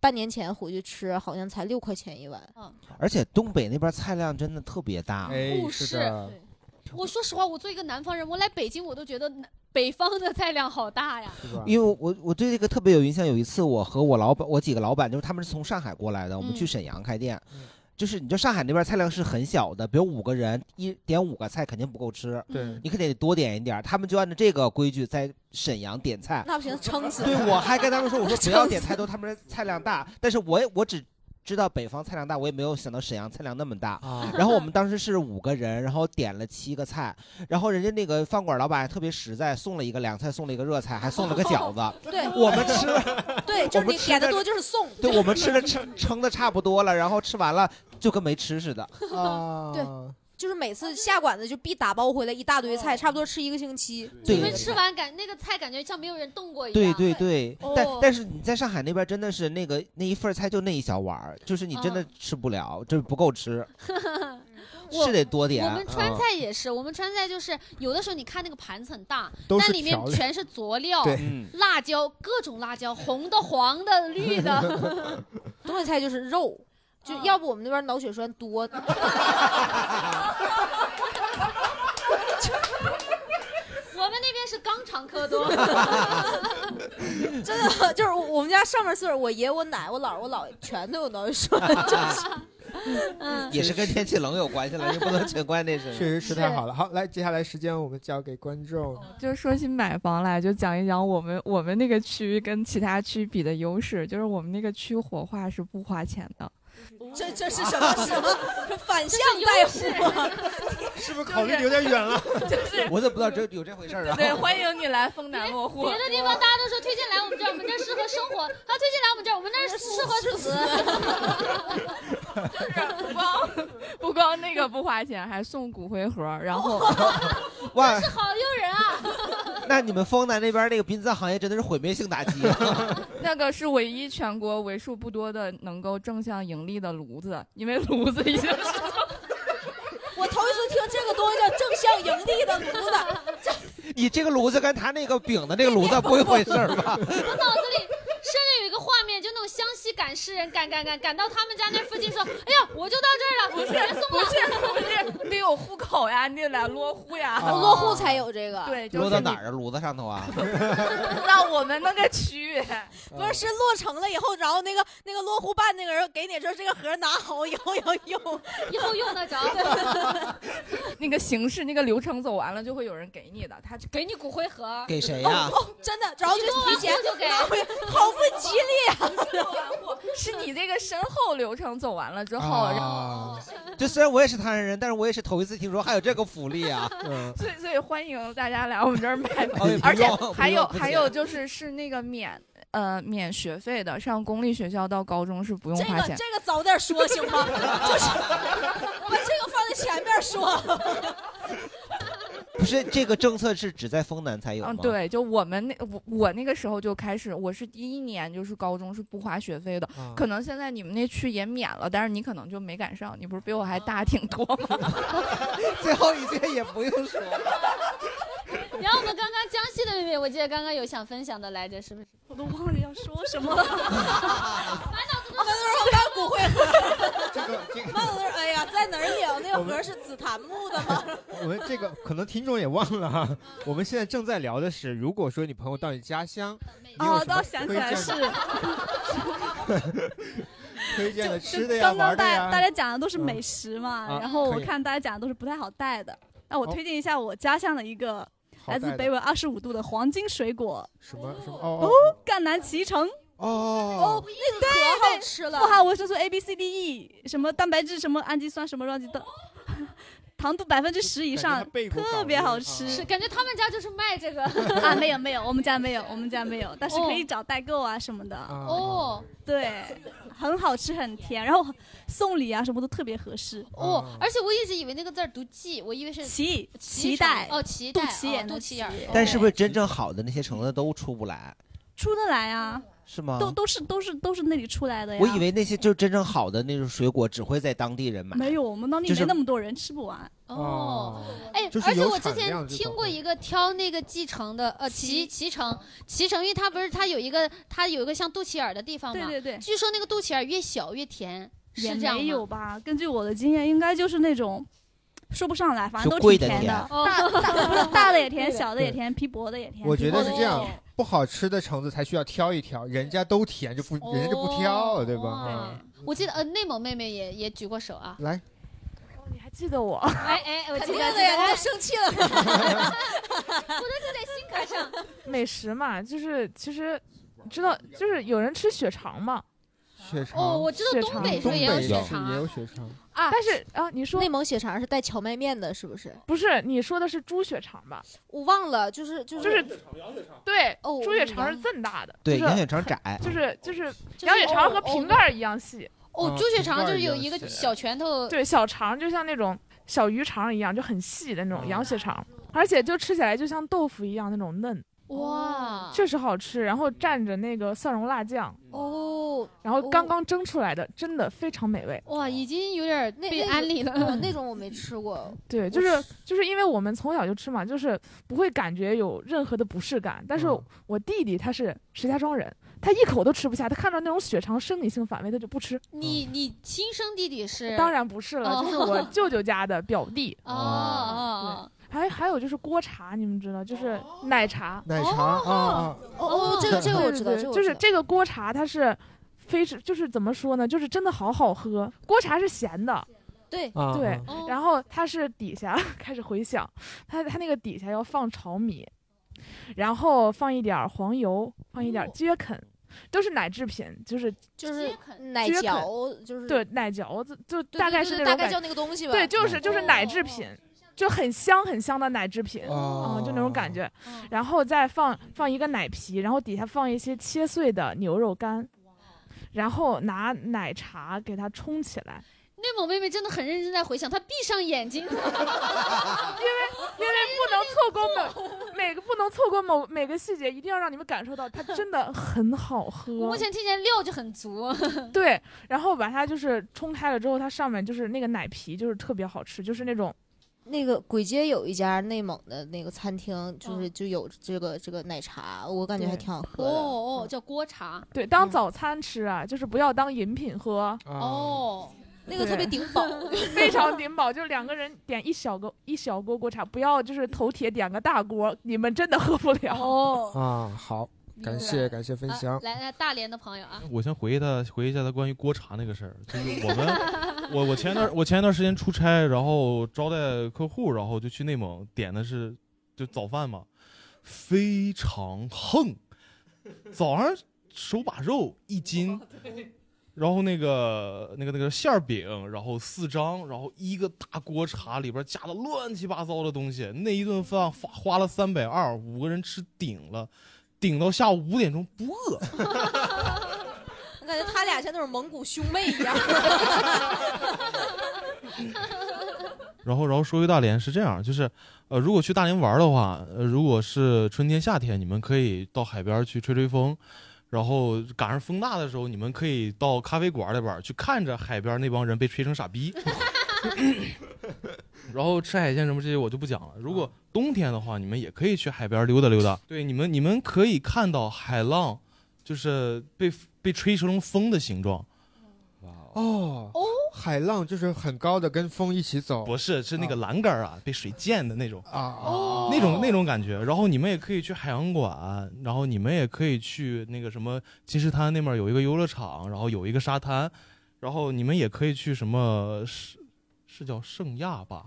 D: 半年前回去吃，好像才六块钱一碗，
E: 而且东北那边菜量真的特别大，
C: 哎
B: 故是事的对 我说实话，我作为一个南方人，我来北京我都觉得南北方的菜量好大呀。
E: 因为我我对这个特别有印象。有一次，我和我老板，我几个老板，就是他们是从上海过来的，我们
B: 嗯
E: 去沈阳开店。就是你知道上海那边菜量是很小的，比如五个人一点五个菜肯定不够吃，
C: 对
E: 你肯定得多点一点儿。他们就按照这个规矩在沈阳点菜，
D: 那不行，撑死。
E: 对，我还跟他们说，我说不要点菜
D: 撑死
E: 多，他们说菜量 大，但是我也我只知道北方菜量大，我也没有想到沈阳菜量那么大。然后我们当时是五个人，然后点了七个菜，然后人家那个饭馆老板还特别实在，送了一个凉菜，送了一个热菜，还送了个饺 子。
D: 对，
E: 我们吃，
D: 对，
E: 我
D: 就是
E: 们
D: 你
E: 吃
D: 点的
E: 着
D: 多就是送，
E: 对我们吃的撑撑的差不多了，然后吃完了就跟没吃似的。
D: 对，就是每次下馆子就必打包回来一大堆菜，差不多吃一个星期。
E: 对
B: 你们吃完感那个菜感觉像没有人动过一
E: 对
B: 样。
E: 对对，但
B: 哦
E: 但是你在上海那边真的是那个那一份儿菜就那一小碗儿，就是你真的吃不了，就是不够吃，
B: 我
E: 是得多点
B: 我们川
E: 嗯
B: 菜也是，我们川菜就是有的时候你看那个盘子很大，
E: 都是
B: 但里面
E: 调料
B: 全是佐料
E: 对嗯、
B: 辣椒，各种辣椒，红的、黄 的、绿的。哦
D: 东北菜就是肉，就要不我们那边脑血栓多。
B: 我们那边是肛肠科 多。
D: 真的就是我们家上面四个人，我爷、我奶、我姥、我姥爷全都有脑血栓，就是，嗯，
E: 啊也是跟天气冷有关系了，也不能全怪那是。
C: 确实吃太好了。嗯好，来，接下来时间我们交给观众。
D: 哦
I: 就说起买房来，就讲一讲我们我们那个区跟其他区比的优势，就是我们那个区活化是不花钱的。
D: 这这是什么 什么？这反向带
I: 这
D: 货
I: 是优
C: 是不是考虑有点远了？啊
E: 就是我怎么不知道这有这回事儿啊？
N: 对，欢迎你来丰南落户。
B: 别的地方大家都说推荐来我们这儿，我们这儿适合生活；他推荐来我们这儿，我们那儿适合 死。
I: 不光 不光那个不花钱，还送骨灰盒儿，然后
E: 哇，
B: 好诱人啊！
E: 那你们丰南那边那个殡葬行业真的是毁灭性打击。
I: 那个是唯一全国为数不多的能够正向盈利的炉子，因为炉子已经是
D: 我头一次听这个东西叫正向盈利的炉 子，
E: 你这个炉子跟他那个饼的那个炉子不一回事儿吧？
B: 我脑子里甚至有一个画面，就那种湘西赶尸人赶赶赶赶到他们家那附近说：“哎呀，我就到这儿了，
I: 不是
B: 给人送了。
I: 不是不是，你得有户口呀，你得来落户呀，
E: 啊落户
D: 哦才有这个。
I: 对，就
E: 落
I: 是
E: 到
I: 你
E: 哪儿啊？炉子上头啊？
I: 到我们那个区域，
D: 不是是落成了以后，然后那个那个落户办那个人给你说这个盒拿好，以后要用，
B: 以后用 得着。
I: 那个形式、那个流程走完了，就会有人给你的，他
B: 给你骨灰盒，
E: 给谁呀
D: 哦哦真的，然后就提前
B: 你落完户就给
D: 拿回 好不吉利啊！
I: 是你这个身后流程走完了之后，然后
E: 啊，这虽然我也是唐山人，但是我也是头一次听说还有这个福利 啊。
C: 嗯
I: 所以所以欢迎大家来我们这儿买
E: 哦也，不
I: 而且
E: 用不
I: 还
E: 用
I: 有
E: 不
I: 还
E: 用
I: 有就是是那个免呃免学费的，上公立学校到高中是不用
D: 这
I: 花
D: 个
I: 钱。
D: 这个早点说行吗？就是把这个放在前面说。
E: 不是这个政策是只在丰南才有吗？
I: 嗯，对，就我们那我我那个时候就开始，我是第一年就是高中是不花学费的，
E: 啊
I: 可能现在你们那区也免了，但是你可能就没赶上，你不是比我还大挺多吗？
E: 最后一句也不 用说。
B: 然后我们刚刚江西的妹妹，我记得刚刚有想分享的来着，是不是？
H: 我都忘了要说什么了。
D: 我们那时候刚骨灰盒，
C: 这个这个，
D: 忘了哎呀，在哪儿领？那个盒是紫檀木的吗？
C: 我们这个可能听众也忘了
D: 嗯
C: 啊，我们现在正在聊的是，如果说你朋友到你家乡，
D: 嗯
C: 你有
H: 哦，
C: 什么
H: 倒想起来
C: 推
H: 是
C: 荐，的推荐的吃的呀、
H: 刚
C: 玩
H: 刚
C: 的
H: 大
C: 呀，
H: 大家讲的都是美食
C: 嗯
H: 嘛，
C: 啊
H: 然后
C: 可
H: 我
C: 以
H: 看大家讲的都是不太好带的，那我
C: 好
H: 推荐一下我家乡的一个
C: 好
H: 来自
C: 带的
H: 北纬二十五度的黄金水果
C: 什么什么
H: 哦
C: 哦，
H: 赣南脐橙。
C: 哦，
H: 那个可好吃了，富含维生素 A、B、C、D、E，什么蛋白质，什么氨基酸，什么乱七八糟，糖度百分之十以上，特别
C: 啊
H: 好吃。
B: 是感觉他们家就是卖这个
H: 啊， 没有没有，我们家没有，我们家没有，但是可以
B: 哦
H: 找代购啊什么的。
B: 哦，
E: 嗯
H: 对，很好吃，很甜，然后送礼啊什么都特别合适。
B: 哦，而且我一直以为那个字儿读蓟，我以为是
H: 脐
B: 脐
H: 脐
B: 橙
H: 带
B: 哦，脐带
H: 肚脐眼
B: 哦
H: 的
B: 肚脐眼儿
H: 脐。
E: 但是不是真正好的那些橙子都出不来，
H: 出得来啊，
E: 是吗？
H: 都都是啊都是都是那里出来的呀。
E: 我以为那些就是真正好的那种水果，只会在当地人买。
H: 没有，我们当地
E: 就是
H: 没那么多人，吃不完。
E: 哦，
B: 哎
E: 就，是
B: 而且
E: 有
B: 我之
E: 产
B: 前
E: 量这
B: 听
E: 种
B: 过一个挑那个继承的，呃，脐脐橙，脐橙，因为它不是它有一个它有一个像肚脐眼儿的地方嘛，
H: 对对对
B: 据说那个肚脐眼儿越小越甜，是
H: 也
B: 这样
H: 没
B: 吗
H: 有吧？根据我的经验，应该就是那种说不上来，反正
C: 就
H: 都
C: 贵
H: 挺
C: 的
H: 甜
C: 甜
H: 的，
B: 哦
H: 大大大的也甜，小的也
C: 对
H: 甜，皮薄的也甜。
C: 我觉得
H: 皮
C: 是
H: 薄的
C: 这
H: 也
C: 样
G: 哦
H: 甜，
C: 不好吃的橙子才需要挑一挑，人家都甜就不，人家就不
G: 哦
C: 挑，对吧？啊，
B: 我记得呃，内蒙妹妹也也举过手啊。
C: 来，
G: 你还记得我？
B: 哎哎，我
D: 肯
B: 记
D: 定
B: 得
D: 的呀，你都
B: 我
D: 生气了。
B: 都记在心坎上。
G: 美食嘛，就是其实知道，就是有人吃血肠嘛。
C: 血肠
G: 哦我知道东北是不是也有血肠啊
C: 也有血肠。
D: 啊，
G: 但是啊，你说
D: 内蒙血肠是带荞麦面的，是不是？
G: 不是，你说的是猪血肠吧？
D: 我忘了，就是就是
G: 就是对
D: 哦，
G: 猪血肠是
D: 羊
G: 这么大的，
E: 对，
G: 就是
E: 羊血肠窄，
G: 就是就是
B: 就是
G: 羊血肠和
B: 哦
G: 瓶盖儿一样细。
B: 哦
E: 猪血肠就是有一
B: 个小拳头，
G: 对，小肠就像那种小鱼肠一样，就很细的那种羊血肠，而且就吃起来就像豆腐一样那种嫩，
B: 哇，
G: 确实好吃。然后蘸着那个蒜蓉辣酱，
D: 哦，
G: 然后刚刚蒸出来的，真的非常美味。
B: 哇，已经有点
D: 那
B: 被
D: 那
B: 安利
D: 种
B: 了。
D: 哦那种我没吃过。
G: 对，就是就是因为我们从小就吃嘛，就是不会感觉有任何的不适感。但是我弟弟他是石家庄人，他一口都吃不下，他看到那种血肠生理性反胃，他就不吃。
B: 你你亲生弟弟是？
G: 当然不是了，就是我
B: 哦
G: 舅舅家的表弟。
B: 哦哦
G: 对，还还有就是锅茶，你们知道，就是奶茶。
C: 哦奶茶啊啊，
D: 哦这个这个我知道
G: 对对
D: 这个我
G: 就
D: 知
G: 是
D: 道
G: 这个锅茶，它是非是就是怎么说呢？就是真的好好喝。锅茶是咸的。
D: 对
C: 啊
G: 对，
D: 哦
G: 然后它是底下 开始回响，它它那个底下要放炒米，然后放一点儿黄油，放一点儿蕨啃，都是奶制品，就是
D: 哦就是奶
G: 蕨啃
D: 嚼，就是
G: 对奶嚼子，就
D: 对
G: 大
D: 对
G: 概
D: 对
G: 是那
D: 对
G: 种
D: 大概
G: 感
D: 叫那个东西吧嗯哦
G: 对，就是
D: 奶
G: 就是奶制品，就很香很香的奶制品，
C: 哦
G: 嗯，就那种感觉。然后再放放一个奶皮，然后底下放一些切碎的牛肉干，然后拿奶茶给它冲起来。
B: 内蒙妹妹真的很认真在回想，她闭上眼睛，因 为因为
G: 因为不能错过某每个不能错过某每个细节，一定要让你们感受到它真的很好喝。
B: 我目前听起来料就很足。
G: 对，然后把它就是冲开了之后，它上面就是那个奶皮，就是特别好吃，就是那种
D: 那个簋街有一家内蒙的那个餐厅，就是就有这个这个奶茶，我感觉还
G: 对
D: 挺好喝的。
B: 哦哦，叫锅茶。
G: 对当早餐吃
D: 嗯
G: 啊，就是不要当饮品喝。
B: 哦，
D: 那个特别顶饱
G: 非常顶饱。就两个人点一小个一小锅锅茶，不要就是头铁点个大锅，你们真的喝不了。
B: 哦，
C: 啊，好，感谢感谢分享。
B: 嗯啊来来，大连的朋友啊，
L: 我先回忆他，回忆一下他关于锅茶那个事儿。就是我们，我我前一段我前一段时间出差，然后招待客户，然后就去内蒙点的是就早饭嘛，非常横。早上手把肉一斤，然后那个那个那个馅儿饼，然后四张，然后一个大锅茶里边加的乱七八糟的东西，那一顿饭花花了三百二，五个人吃顶了，顶到下午五点钟不饿。
D: 我感觉他 俩像那种蒙古兄妹一样。
L: 然后，然后说回大连是这样，就是，呃，如果去大连玩的话，呃，如果是春天、夏天，你们可以到海边去吹吹风，然后赶上风大的时候，你们可以到咖啡馆里边儿去看着海边那帮人被吹成傻逼， 然后吃海鲜什么这些我就不讲了。如果冬天的话，你们也可以去海边溜达溜达。对，你们你们可以看到海浪，就是被被吹成风的形状。
C: 哦哦，海浪就是很高的，跟风一起走。
L: 不是，是那个栏杆啊，被水溅的那种
C: 啊，
L: 哦那种那种感觉。然后你们也可以去海洋馆，然后你们也可以去那个什么金石滩那边有一个游乐场，然后有一个沙滩，然后你们也可以去什么是是叫圣亚吧？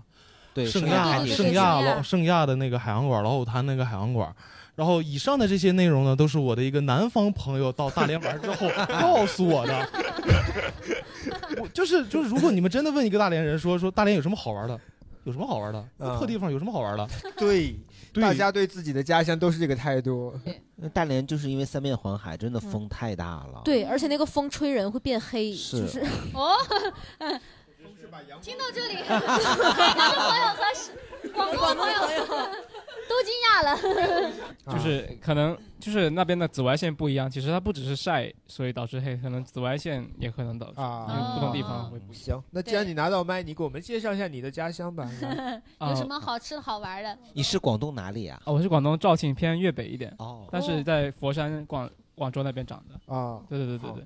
E: 对
L: 圣
E: 圣亚海
L: 亚
E: 底
L: 圣
E: 圣亚
L: 老圣亚的那个海洋馆，老虎滩那个海洋馆。然后以上的这些内容呢，都是我的一个南方朋友到大连玩之后 告诉我的。 我就是就是，如果你们真的问一个大连人说说大连有什么好玩的，有什么好玩的？
C: 嗯
L: 破地方有什么好玩的？
C: 对，
L: 对
C: 大家对自己的家乡都是这个态度。
E: 大连就是因为三面环海，真的风太大了。
D: 对，而且那个风吹人会变黑，
E: 是
D: 就是
B: 哦，嗯听到这里， 观众朋友和是广播朋友都惊讶了。
E: 啊
M: 就是可能就是那边的紫外线不一样，其实它不只是晒，所以导致黑，可能紫外线也可能导致，
C: 啊
M: 因为不同地
G: 哦
M: 方会不一样。
C: 行，那既然你拿到麦，你给我们介绍一下你的家乡吧。
B: 有什么好吃好玩的？
E: 你是广东哪里啊？
M: 哦，我是广东肇庆偏粤北一点，
E: 哦
M: 但是在佛山、广广州那边长的。
C: 啊，
M: 对对对对对。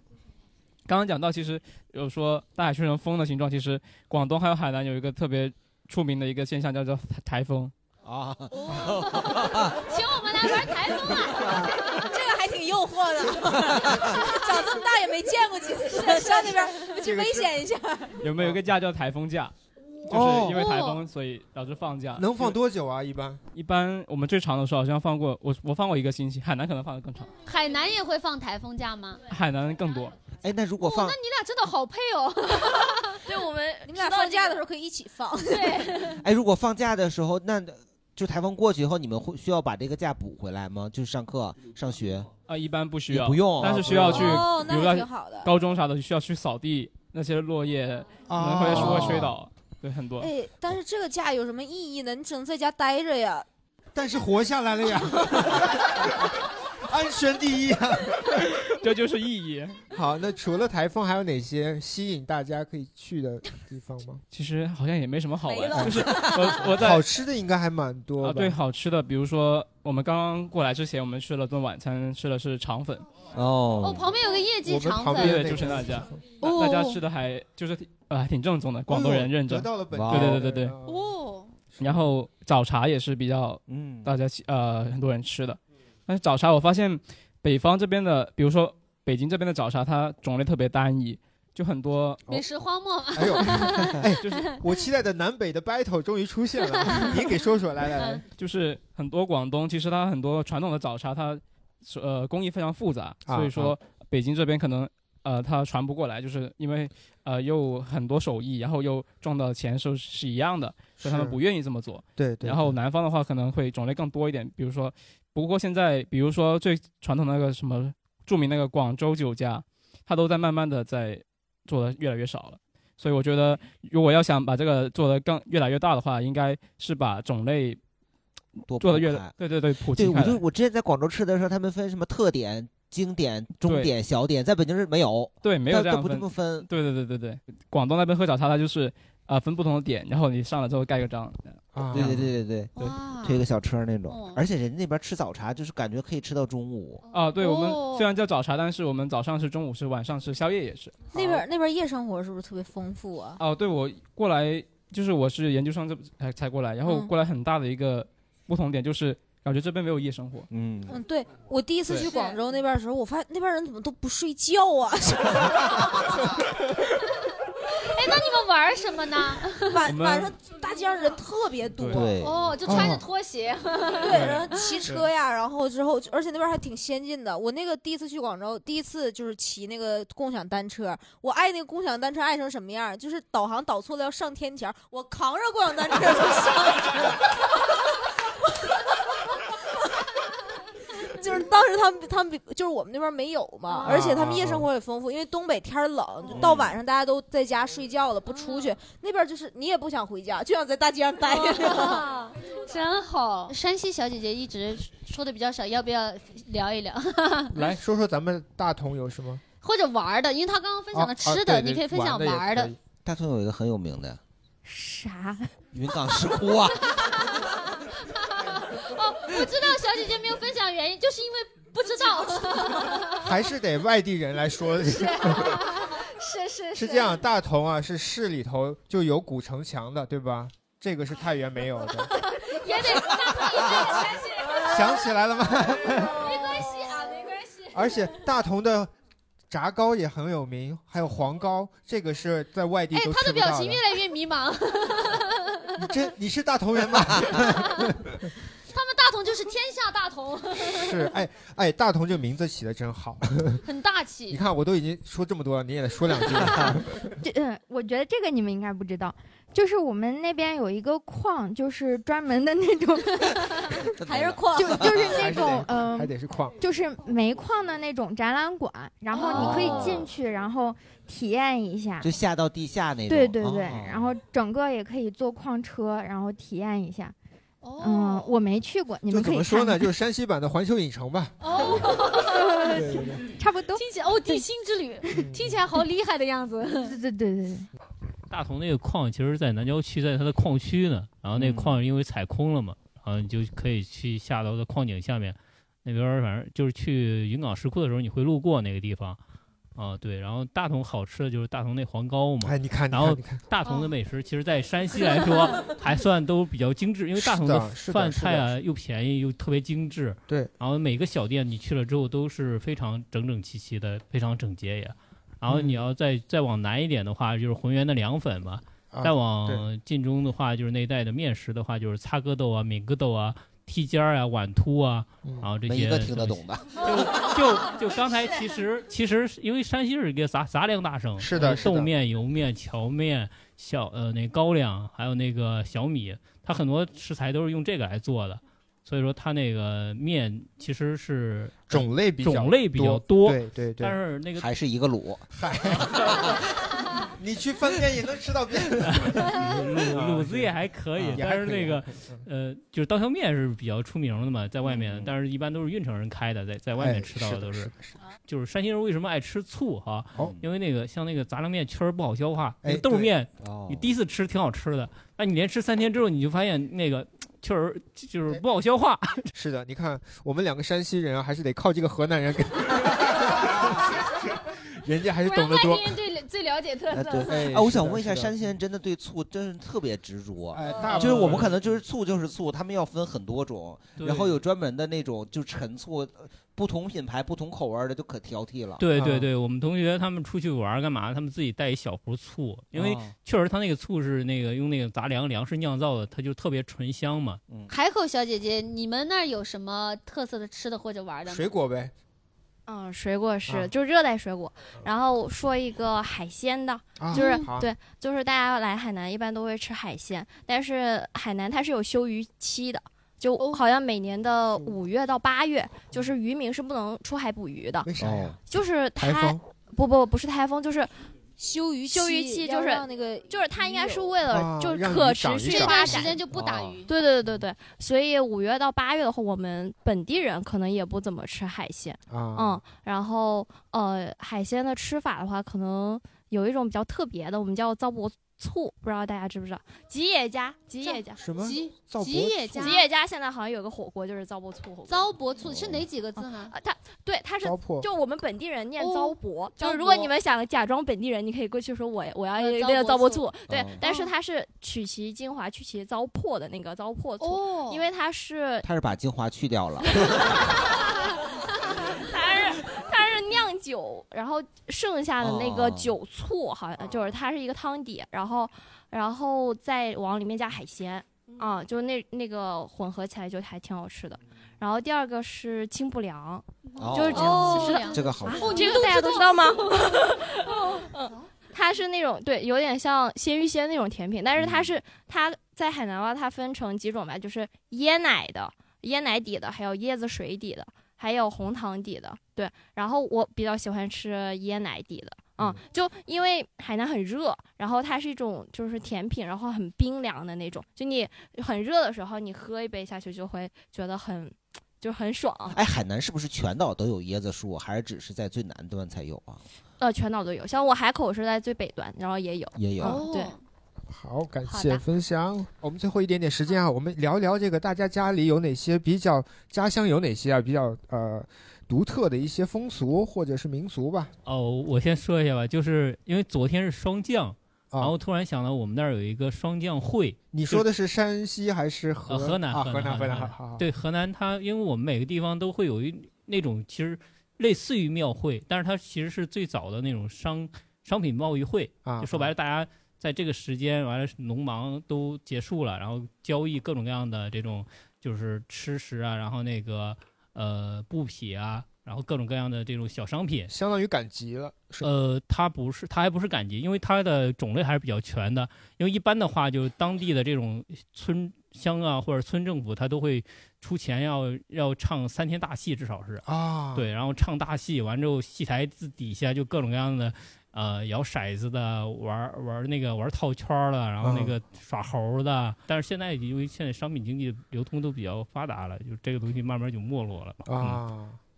M: 刚刚讲到，其实有说大海吹成风的形状，其实广东还有海南有一个特别出名的一个现象，叫做台风。
E: 啊，
B: 请我们来玩台风啊！
D: 这个还挺诱惑的， 长这么大也没见过几 次，上那边去危险一下。
M: 有没有一个假叫台风假？就是
C: 哦
M: 因为台风，所以导致放假。
C: 能放多久啊？一般
M: 一般我们最长的时候好像放过我，我放过一个星期，海南可能放的更长，
B: 海南也会放台风假吗？
M: 海南更多。
E: 哎，那如果
B: 哦，那你俩真的好配哦。
D: 对我们，你们
B: 知
D: 俩
B: 道
D: 放
B: 这
D: 假
B: 个
D: 的时候可以一起放。
B: 对，
E: 哎，如果放假的时候，那就台风过去以后，你们会需要把这个假补回来吗？就是上课、上学。
M: 啊，一般不需要，
E: 也不用啊
M: 但是需要
E: 不
M: 去，
E: 用哦
M: 比如
E: 那还挺好
M: 说
E: 的
M: 高中啥的需要去扫地那些落叶，可能会
E: 哦
M: 会吹倒，对，很多。
D: 哎，但是这个假有什么意义呢？你只能在家待着呀。
C: 但是活下来了 呀，安全第一啊！
M: 这就是意义。
C: 好，那除了台风，还有哪些吸引大家可以去的地方吗？
M: 其实好像也没什么好
C: 没了
M: 玩，就是 我我在
C: 好吃的应该还蛮多
M: 啊，
C: 吧
M: 对，好吃的，比如说我们刚刚过来之前，我们吃了顿晚餐，吃的是肠粉。
B: 哦，
E: 哦
B: 旁边有个业绩
J: 哦
B: 肠粉，
M: 对，就是那家，
B: 哦
M: 大家吃的还就是挺呃还挺正宗的，广东人认真。
C: 哦得到了本
M: 对
C: 地嗯
M: 对
C: 的
M: 对对对。
B: 哦，
M: 然后早茶也是比较，
E: 嗯，
M: 大家喜呃很多人吃的。但是早茶我发现北方这边的，比如说北京这边的早茶，它种类特别单一，就很多。
B: 美食荒漠嘛。
C: 哎呦，哎，我期待的南北的 battle 终于出现了，你给说说，来来来，
M: 就是很多广东，其实它很多传统的早茶，它是呃工艺非常复杂，
C: 啊
M: 所以说北京这边可能呃它传不过来，就是因为呃又很多手艺，然后又赚到钱是是一样的，所以他们
C: 是
M: 不愿意这么做。
C: 对对
M: 然后南方的话可能会种类更多一点，比如说，不过现在比如说最传统的那个什么著名那个广州酒家，它都在慢慢的在做的越来越少了。所以我觉得，如果要想把这个做得更越来越大的话，应该是把种类
E: 多
M: 做得
E: 铺
M: 越
E: 开
M: 对对对普及
E: 对，
M: 开
E: 我就
M: 来。
E: 我之前在广州吃的时候，他们分什么特点、经典、中
M: 对
E: 点、小点，在北京是没有。
M: 对，没有
E: 它
M: 这
E: 它
M: 样
E: 不这么分。
M: 分。对对对对对，广东那边喝早茶，它就是啊、分不同的点，然后你上了之后盖个章。
C: 啊
E: 对对对对对，推个小车那
B: 哦
E: 种，而且人家那边吃早茶就是感觉可以吃到中午。
M: 啊，对我
D: 哦
M: 们虽然叫早茶，但是我们早上是、中午是、晚上是、宵夜也是。
D: 那边那边夜生活是不是特别丰富啊？
M: 哦，对，我过来就是我是研究生这才才过来，然后
D: 嗯
M: 过来很大的一个不同点就是感觉这边没有夜生活。
E: 嗯
D: 嗯，对我第一次
M: 对
D: 去广州那边的时候，我发现那边人怎么都不睡觉啊？
B: 哎，那你们玩什么呢？
D: 晚
M: 我们
D: 晚上大街上人特别多，
M: 对
B: 哦，就穿着拖鞋。
D: 对，然后骑车呀，然后之后，而且那边还挺先进的。我那个第一次去广州，第一次就是骑那个共享单车，我爱那个共享单车爱成什么样儿，就是导航导错了要上天桥，我扛着共享单车就 上去了。就是到当时他们他们比就是我们那边没有嘛
O: 啊，
D: 而且他们夜生活也丰富，因为东北天儿冷，就到晚上大家都在家睡觉了，不出去。那边就是你也不想回家，就想在大街上待着。
B: 啊真好。山西小姐姐一直说的比较少，要不要聊一聊？
C: 来说说咱们大同有什么？
B: 或者玩儿的，因为她刚刚分
C: 啊
B: 享了吃的，你可以分享啊玩儿的。。
E: 大同有一个很有名的
B: 啥？
E: 云冈石窟啊，
B: 哦，我知道小姐姐没有分享原因，就是因为不知道。
C: 还是得外地人来说。
B: 是是
C: 是这样，大同啊是市里头就有古城墙的，对吧？这个是太原没有的。
B: 也得大同也是山西人
C: 想起来了吗？
B: 没关系啊，没关系。
C: 而且大同的炸糕也很有名，还有黄糕，这个是在外地
B: 哎
C: 都，
B: 她
C: 吃
B: 的
C: 不到
B: 表情越来越迷茫。
C: 你 这你是大同人吗？
B: 他们大同就是天下大同，
C: 是，哎哎，大同这个名字起的真好。
B: 很大气。
C: 你看，我都已经说这么多了，你也得说两句。
R: 这嗯，我觉得这个你们应该不知道，就是我们那边有一个矿，就是专门的那 种，还是矿，就就是那种嗯、
C: 还得哦是矿。
R: 就是煤矿的那种展览馆，然后你可以进去，然后体验一下。
E: 就下到地下那种。
R: 对对对，
E: 哦
R: 然后整个也可以坐矿车，然后体验一下。
B: 哦
R: 嗯，我没去过，你
C: 就
R: 们可
C: 怎
R: 以
C: 么说
R: 看
C: 呢？
R: 看
C: 就是山西版的环球影城吧。
B: 哦
C: 对对对
R: 差不多。
B: 嗯
R: 嗯
B: 听起来哦，地心之旅听起来好厉害的样子。
R: 对对对对，
J: 大同那个矿，其实在南郊区，在它的矿区呢。然后
C: 嗯
J: 那矿因为采空了嘛，然后你就可以去下到的矿井下面那边儿，反正就是去云冈石窟的时候，你会路过那个地方。啊，对，然后大同好吃的就是大同那黄糕嘛，
C: 哎，你看，
J: 然后
C: 你看
J: 大同的美食，其实，在山西来说还算都比较精致，因为大同
C: 是的是的
J: 饭菜啊又便宜又特别精致，
C: 对，
J: 然后每个小店你去了之后都是非常整整齐齐的，非常整洁也。然
C: 嗯
J: 后你要再、再往南一点的话，就是浑源的凉粉嘛；
C: 啊
J: 再往晋中的话，就是那一带的面食的话，就是擦疙豆啊、抿疙豆啊、剔尖儿啊、碗秃啊，
C: 嗯
J: 然后这些
E: 没一个听得
J: 东
E: 懂
J: 西
E: 的。
J: 就就就刚才其实其实是因为山西是一个杂杂粮大省，
E: 是的
J: 呃
E: 是的
J: 豆面、油面、荞面、小呃那高粱，还有那个小米，它很多食材都是用这个来做的，所以说它那个面其实是
C: 种类比较
J: 种类比较多，
C: 多对对对
J: 但是那个
E: 还是一个卤，
C: 你去饭店也能吃到面。
J: 卤卤子也还可以
C: 啊，也还
J: 但是
C: 可以
J: 那个呃，就是刀削面是比较出名的嘛，在外面，但是一般都是运城人开的，在在外
C: 嗯哎
J: 面吃到
C: 是
J: 的
C: 的
J: 都
C: 是的哦
J: 就是山西人为什么爱吃醋哈？因为那个像那个杂粮面确实不好消化，
C: 哎
J: 那个豆面
E: 对哦
J: 你第一次吃挺好吃的，但你连吃三天之后，你就发现那个确实 就是不好消化。
C: 是的，你看我们两个山西人啊，还是得靠这个河南人给， 人家还是
B: 果然
C: 懂得
B: 外
C: 多啊
B: 地。人最了最了解特
E: 哎
B: 色。
E: 对，哎，我想问一下，山西人真的对醋真是特别执着，
J: 哎
C: 大部分
E: 就是我们可能就是醋就是醋，他们要分很多种，
J: 对
E: 然后有专门的那种就陈醋，呃不同品牌、不同口味的就可挑剔
C: 啊
E: 了。
J: 对对对，我们同学他们出去玩儿干嘛？他们自己带一小壶醋，因为
E: 哦
J: 确实他那个醋是那个用那个杂粮粮食酿造的，它就特别醇香嘛。
E: 嗯，
B: 海口小姐姐，你们那儿有什么特色的吃的或者玩儿的吗？
C: 果呗，
K: 嗯，水果是、
B: 啊
K: 就是热带水果。然后说一个海鲜的，
B: 啊
K: 就是
B: 好
K: 对，就是大家来海南一般都会吃海鲜，但是海南它是有休渔期的。
B: 哦
K: 就好像每年的五月到八月，就是渔民是不能出海捕鱼的。
C: 为啥呀？
K: 就是
C: 台
K: 它
C: 风
K: 不不不是台风，就是
D: 休渔
K: 休渔
D: 期
K: 期，
D: 要
K: 就是
D: 让那个
K: 就是它应该是
D: 有
K: 为
D: 啊
K: 了就是
D: 让
K: 可
D: 鱼
K: 持
D: 长一
K: 续发
D: 长这段时
K: 展
D: 间就不打鱼
K: 对对对对对，所以五月到八月的话，我们本地人可能也不怎么吃海鲜。
C: 啊
K: 嗯，然后呃，海鲜的吃法的话，可能有一种比较特别的，我们叫糟粕醋，不知道大家知不知道？吉野家，吉野家
C: 什么吉糟
K: 吉
C: 吉
K: 野
C: 野
K: 家，
C: 家
K: 吉野家现在好像有个火锅就是糟粕醋火锅。糟
B: 粕醋是哪几个字呢？
K: 它对，它是
C: 糟粕
K: 就我们本地人念
B: 哦
K: 糟粕，就
B: 糟
K: 是如果
B: 粕
K: 你们想假装本地人，你可以过去说我我要
B: 呃
K: 一
B: 糟
K: 个
B: 粕
K: 糟粕
B: 醋
K: 醋，对
B: 哦，
K: 但是它是取其精华，去其糟粕的那个糟粕
B: 哦
K: 醋，因为它是
E: 他是把精华去掉了，
K: 它是它是酿酒，然后剩下的那
B: 哦
K: 个酒醋，好像就是它是一个汤底，然后然后再往里面加海鲜，
B: 嗯
K: 啊，就那那个混合起来就还挺好吃的。然后第二个是清补凉，
E: 哦
K: 就是
E: 哦
K: 知道
E: 这个好
K: 啊
E: 吃哦
K: 这
E: 你
K: 个
E: 都
K: 大家
E: 知
K: 都知道吗？ 嗯，它是那种对，有点像鲜芋仙那种甜品，但是它是它在海南话它分成几种吧，就是椰奶的、椰奶底的，还有椰子水底的，还有红糖底的，对。然后我比较喜欢吃椰奶底的，嗯，就因为海南很热，然后它是一种就是甜品，然后很冰凉的那种，就你很热的时候，你喝一杯下去就会觉得很。就很爽，
E: 哎，海南是不是全岛都有椰子树，还是只是在最南端才有啊？
K: 呃，全岛都有。像我海口是在最北端，然后也有，
E: 也有
K: 嗯对，
C: 好，感
K: 好
C: 谢
K: 的
C: 分享。我们最后一点点时间啊，我们聊一聊这个大家家里有哪些比较家乡有哪些啊比较呃独特的一些风俗或者是民俗吧。
J: 哦，我先说一下吧，就是因为昨天是霜降，然后突然想到我们那儿有一个霜降会。
C: 啊你
J: 就
C: 说的是山西还是河
J: 呃河南
C: 啊？
J: 河
C: 河南，河
J: 河
C: 南，好
J: 南
C: 好好。
J: 对河南它，因为我们每个地方都会有一那种其实类似于庙会，但是它其实是最早的那种商商品贸易会
C: 啊
J: 就说白了，大家在这个时间完了，农忙都结束了，然后交易各种各样的这种就是吃食啊，然后那个呃布匹啊。然后各种各样的这种小商品，
C: 相当于赶集了。是吗
J: 呃，它不是，它还不是赶集，因为它的种类还是比较全的。因为一般的话，就当地的这种村乡啊，或者村政府，他都会出钱要要唱三天大戏，至少是
C: 啊
J: 对，然后唱大戏完之后，戏台子底下就各种各样的，呃，摇骰子的，玩玩那个玩套圈儿的，然后那
C: 嗯
J: 个耍猴儿的。但是现在因为现在商品经济流通都比较发达了，就这个东西慢慢就没落了嘛。
C: 啊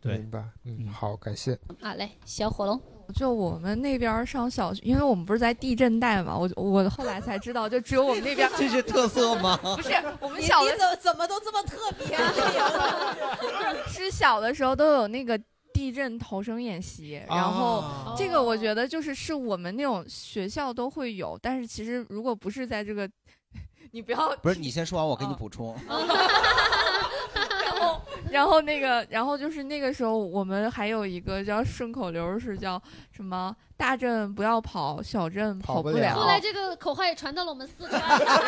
J: 嗯、对，
C: 明白。嗯，好，感谢。
B: 啊，来，小火龙，
I: 就我们那边儿上小学，因为我们不是在地震带嘛，我我后来才知道，就只有我们那边
E: 这是特色吗？
I: 不是我们小的
D: 你怎么怎么都这么特别啊？
I: 是小的时候都有那个地震逃生演习，
E: 啊
I: 然后
Q: 哦
I: 这个我觉得就是是我们那种学校都会有，但是其实如果不是在这个， 你不要
E: 不是，你先说完，啊我给你补充。
I: 然后 那个，然后就是那个时候，我们还有一个叫顺口溜儿，是叫什么？大阵不要跑，小阵跑
C: 跑不了
I: 了。
B: 后来这个口号也传到了我们四川。
I: 然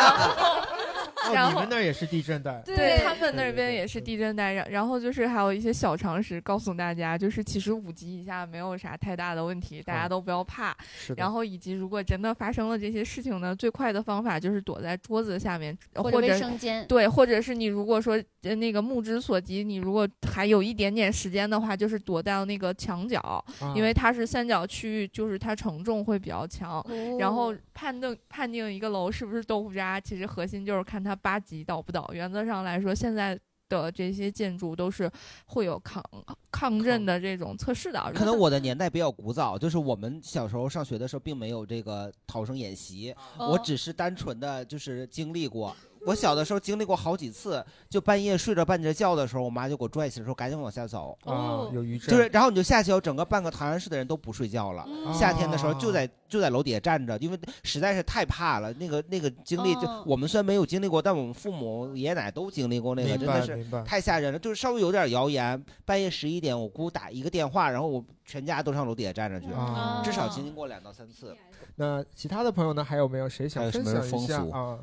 C: 哦，你
I: 后
C: 们那儿也是地震带？
I: 对他们那边也是地震带，然然后就是还有一些小常识告诉大家，就是其实五级以下没有啥太大的问题，大家都不要怕
C: 是。的
I: 然后以及如果真的发生了这些事情呢，最快的方法就是躲在桌子下面呃
B: 或者
I: 者
B: 卫生间
I: 对，或者是你如果说呃那个目之所及，你如果还有一点点时间的话，就是躲到那个墙角，因为它是三角区域，就是它承重会比较强。然后
B: 哦
I: 判定判定一个楼是不是豆腐渣，其实核心就是看它八级倒不倒。原则上来说，现在的这些建筑都是会有抗抗震的这种测试的。
E: 可 能我的年代比较古早，就是我们小时候上学的时候并没有这个逃生演习，
I: 哦
E: 我只是单纯的就是经历过。我小的时候经历过好几次，就半夜睡着半截觉的时候，我妈就给我拽起来说赶紧往下走。
C: 啊，有余震。
E: 就是，然后你就下去以后，整个半个唐山市的人都不睡觉了。
C: 嗯
E: 夏天的时候就在就在楼底下站着，因为实在是太怕了。那个那个经历，就
C: 哦
E: 我们虽然没有经历过，但我们父母爷爷奶奶都经历过那个，真
C: 明白
E: 的是
C: 明白
E: 太吓人了。就是稍微有点谣言，半夜十一点，我姑打一个电话，然后我全家都上楼底下站着去
C: 哦，
E: 至少经历过两到三次。
C: 那其他的朋友呢？还有没有谁想
E: 还有什
C: 分
E: 么
C: 享
E: 风
C: 一下
E: 俗
C: 啊？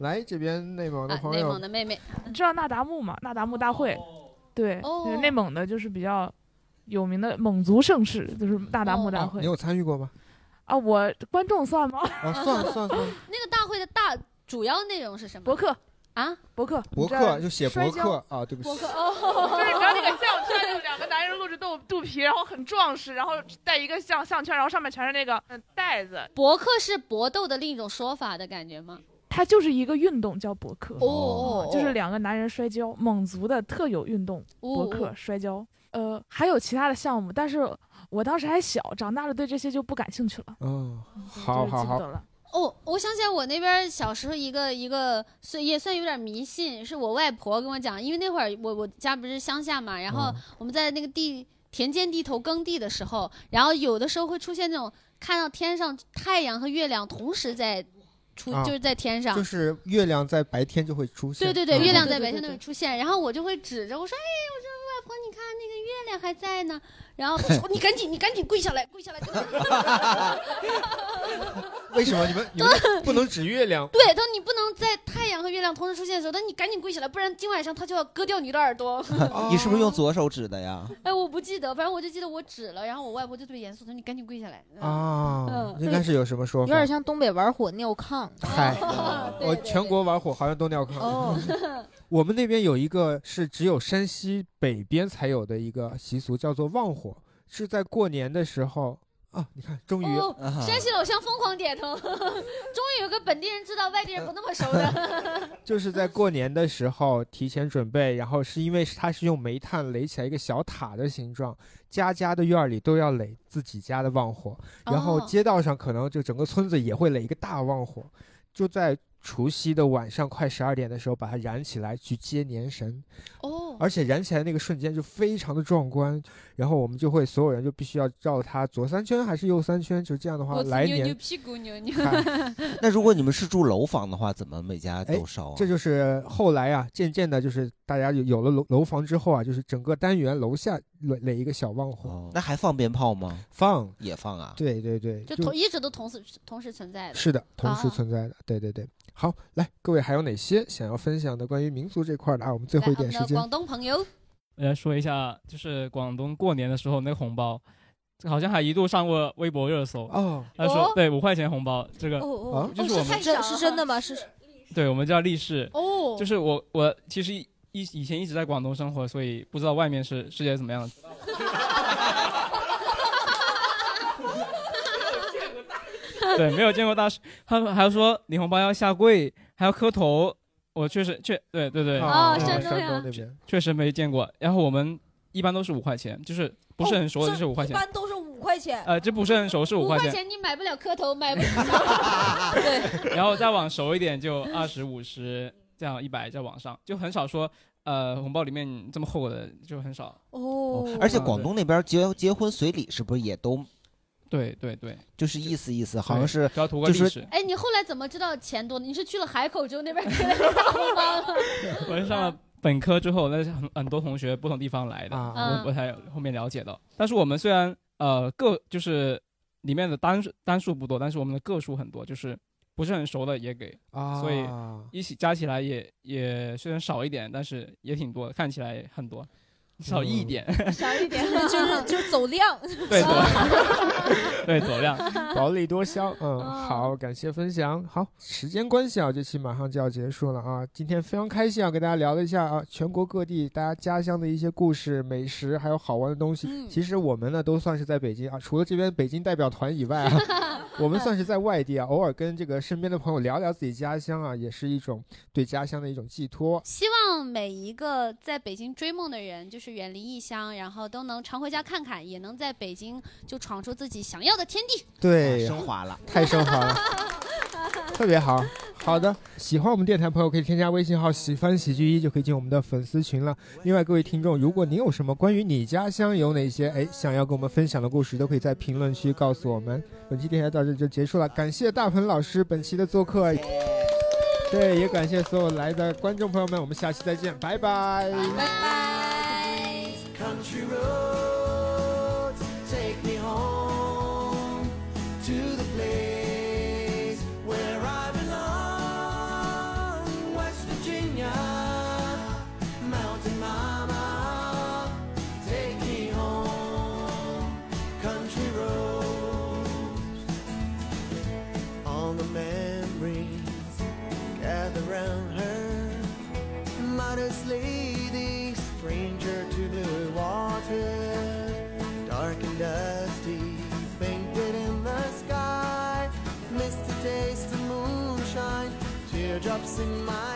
C: 来这边啊内蒙的朋
G: 啊内
C: 友
G: 蒙
B: 妹妹，
G: 你知道那达慕吗？那达慕大会，对，就是内蒙的，就是比较有名的蒙族盛世，就是那达慕大会
C: 你有参与过吗？
G: 啊。我观众 算吗？
C: 啊，算算算，
B: 那个大会的大主要内容是什么？博
G: 客
B: 啊，
G: 博客，
C: 博客就写博客啊，对不起
G: 博。客
B: 哦
G: 就是你知道 那个项圈，就是两个男人露着肚肚皮，然后很壮实，然后戴一个项项圈，然后上面全是那个嗯带子。
B: 博客是搏斗的另一种说法的感觉吗？
G: 它就是一个运动叫博客，
B: 哦
G: 就是两个男人摔跤，蒙族的特有运动博
B: 哦
G: 客摔跤。呃，还有其他的项目，但是我当时还小，长大了对这些就不感兴趣了。
C: 嗯，
G: 就
C: 好
G: 是
C: 好
G: 记不得
C: 好
G: 了，
B: 哦，我想起来，我那边小时候一个一个，算也算有点迷信，是我外婆跟我讲，因为那会儿我我家不是乡下嘛，然后
Q: 嗯
B: 我们在那个地田间地头耕地的时候，然后有的时候会出现那种看到天上太阳和月亮同时在出，
C: 啊
B: 就是在天上，
C: 就是月亮在白天就会出现。
B: 对对对，
C: 嗯
B: 月亮在白天那里出现，然后我就会指着我说：“哎，我说外婆，你看那个月亮还在呢。”然后我说：“你赶紧，你赶紧跪下来，跪下来。”
C: 为什么你们你们不能指月亮？
B: 对，他说你不能在太阳和月亮同时出现的时候，他说你赶紧跪下来，不然今晚上他就要割掉你的耳 朵。
E: 你是不是用左手指的呀？
B: 哎，我不记得，反正我就记得我指了，然后我外婆就特别严肃，她说你赶紧跪下来。
C: 啊
B: 嗯，
C: 应该是有什么说
S: 有
C: 法？
S: 点像东北玩火尿炕。
C: 嗨，
B: 对
D: 哦
C: 我
B: 哦对
C: 全国玩火好像都尿炕。
S: 哦，
C: 我们那边有一个是只有山西北边才有的一个习俗，叫做旺火，是在过年的时候啊。你看，终于、
B: 哦，山西老乡疯狂点头， 终于有个本地人知道外地人不那么熟
C: 呃
B: 的。
C: 就是在过年的时候提前准备，然后是因为它是用煤炭垒起来一个小塔的形状，家家的院儿里都要垒自己家的旺火，然后
B: 哦
C: 街道上可能就整个村子也会垒一个大旺火，就在除夕的晚上快十二点的时候把它燃起来去接年神。
B: 哦
C: 而且燃起来那个瞬间就非常的壮观，然后我们就会所有人就必须要绕它左三圈还是右三圈，就这样的话
B: 脖子
C: 来
B: 扭
C: 年
B: 扭，屁股扭扭。
E: 那如果你们是住楼房的话，怎么每家
C: 哎
E: 都烧啊？，
C: 这就是后来啊，渐渐的就是大家有有了楼楼房之后啊，就是整个单元楼下垒垒一个小旺火，
E: 哦那还放鞭炮吗？
C: 放，
E: 也放啊。
C: 对对对，
B: 就
C: 就
B: 同一直都同时同时存在的。
C: 是的，同时
B: 啊
C: 存在的，对对对。好，来，各位还有哪些想要分享的关于民族这块儿的啊？我们最后一
B: 来
C: 点
B: 我们
C: 时
B: 的
C: 间
B: 广，东朋友，
M: 来呃说一下，就是广东过年的时候那个红包，这好像还一度上过微博热搜
C: 哦
M: 他说
D: 哦
M: 对五块钱红包，这个
C: 啊
D: 哦哦，
M: 就是我们
D: 这是真的吗？是
M: 对我们叫立式
D: 哦
M: 就是我我其实一一以前一直在广东生活，所以不知道外面是世界怎么样的。 对，没有见过大师，他们还说领红包要下跪，还要磕头。我确实确对对对
B: 哦
M: 对
B: 山东呀
C: 那边
M: 确实没见过。然后我们一般都是五块钱，就是不是很熟
B: 哦
M: 的就是五块
D: 一
M: 钱，
D: 般都是五块钱。
M: 呃，这不是很熟是五
B: 五
M: 块
B: 块
M: 钱，
B: 钱你买不了磕头，买不了。
M: 然后再往熟一点就二十五十这样一百再往上，就很少说呃红包里面这么厚的就很少。
D: 哦
E: 而且广东那边结结婚随礼是不是也都？
M: 对对对，
E: 就是意思意思，好像
M: 对
E: 是
M: 只要图个
E: 就
M: 历
E: 是
M: 史
B: 哎，你后来怎么知道钱多呢？你是去了海口之后那 边给了大红包了？
M: 我是上了本科之后，那是很很多同学不同地方来的，
D: 嗯
B: 啊
M: 我我才后面了解到。但是我们虽然呃个就是里面的单数单数不多，但是我们的个数很多，就是不是很熟的也给，
C: 啊
M: 所以一起加起来也也虽然少一点，但是也挺多，看起来很多，少一点，
D: 少 一点， 就是就是走量。
M: 对 对对走量。
C: 薄利多销。嗯，好，感谢分享。好，时间关系啊，这期马上就要结束了啊。今天非常开心啊，跟大家聊了一下啊，全国各地大家家乡的一些故事、美食，还有好玩的东西。其实我们呢，都算是在北京啊，除了这边北京代表团以外啊，我们算是在外地啊，偶尔跟这个身边的朋友聊聊自己家乡啊，也是一种对家乡的一种寄托。
B: 希望每一个在北京追梦的人，就是远离异乡，然后都能常回家看看，也能在北京就闯出自己想要的天地。
C: 对，
E: 啊升华了，
C: 太升 华了，特别好。好的，喜欢我们电台朋友可以添加微信号“喜欢喜剧一”，就可以进我们的粉丝群了。另外，各位听众，如果您有什么关于你家乡有哪些哎想要跟我们分享的故事，都可以在评论区告诉我们。本期电台到这就结束了，感谢大鹏老师本期的做客，对，也感谢所有来的观众朋友们，我们下期再见，拜拜，拜拜。
Q: Country roads, take me home to the place where I belong. West Virginia, Mountain Mama, take me home. Country roads, all the memories gather round her modest lady, stranger to blue water, dark and dusty, banquet in the sky, misty taste of moonshine, teardrops in my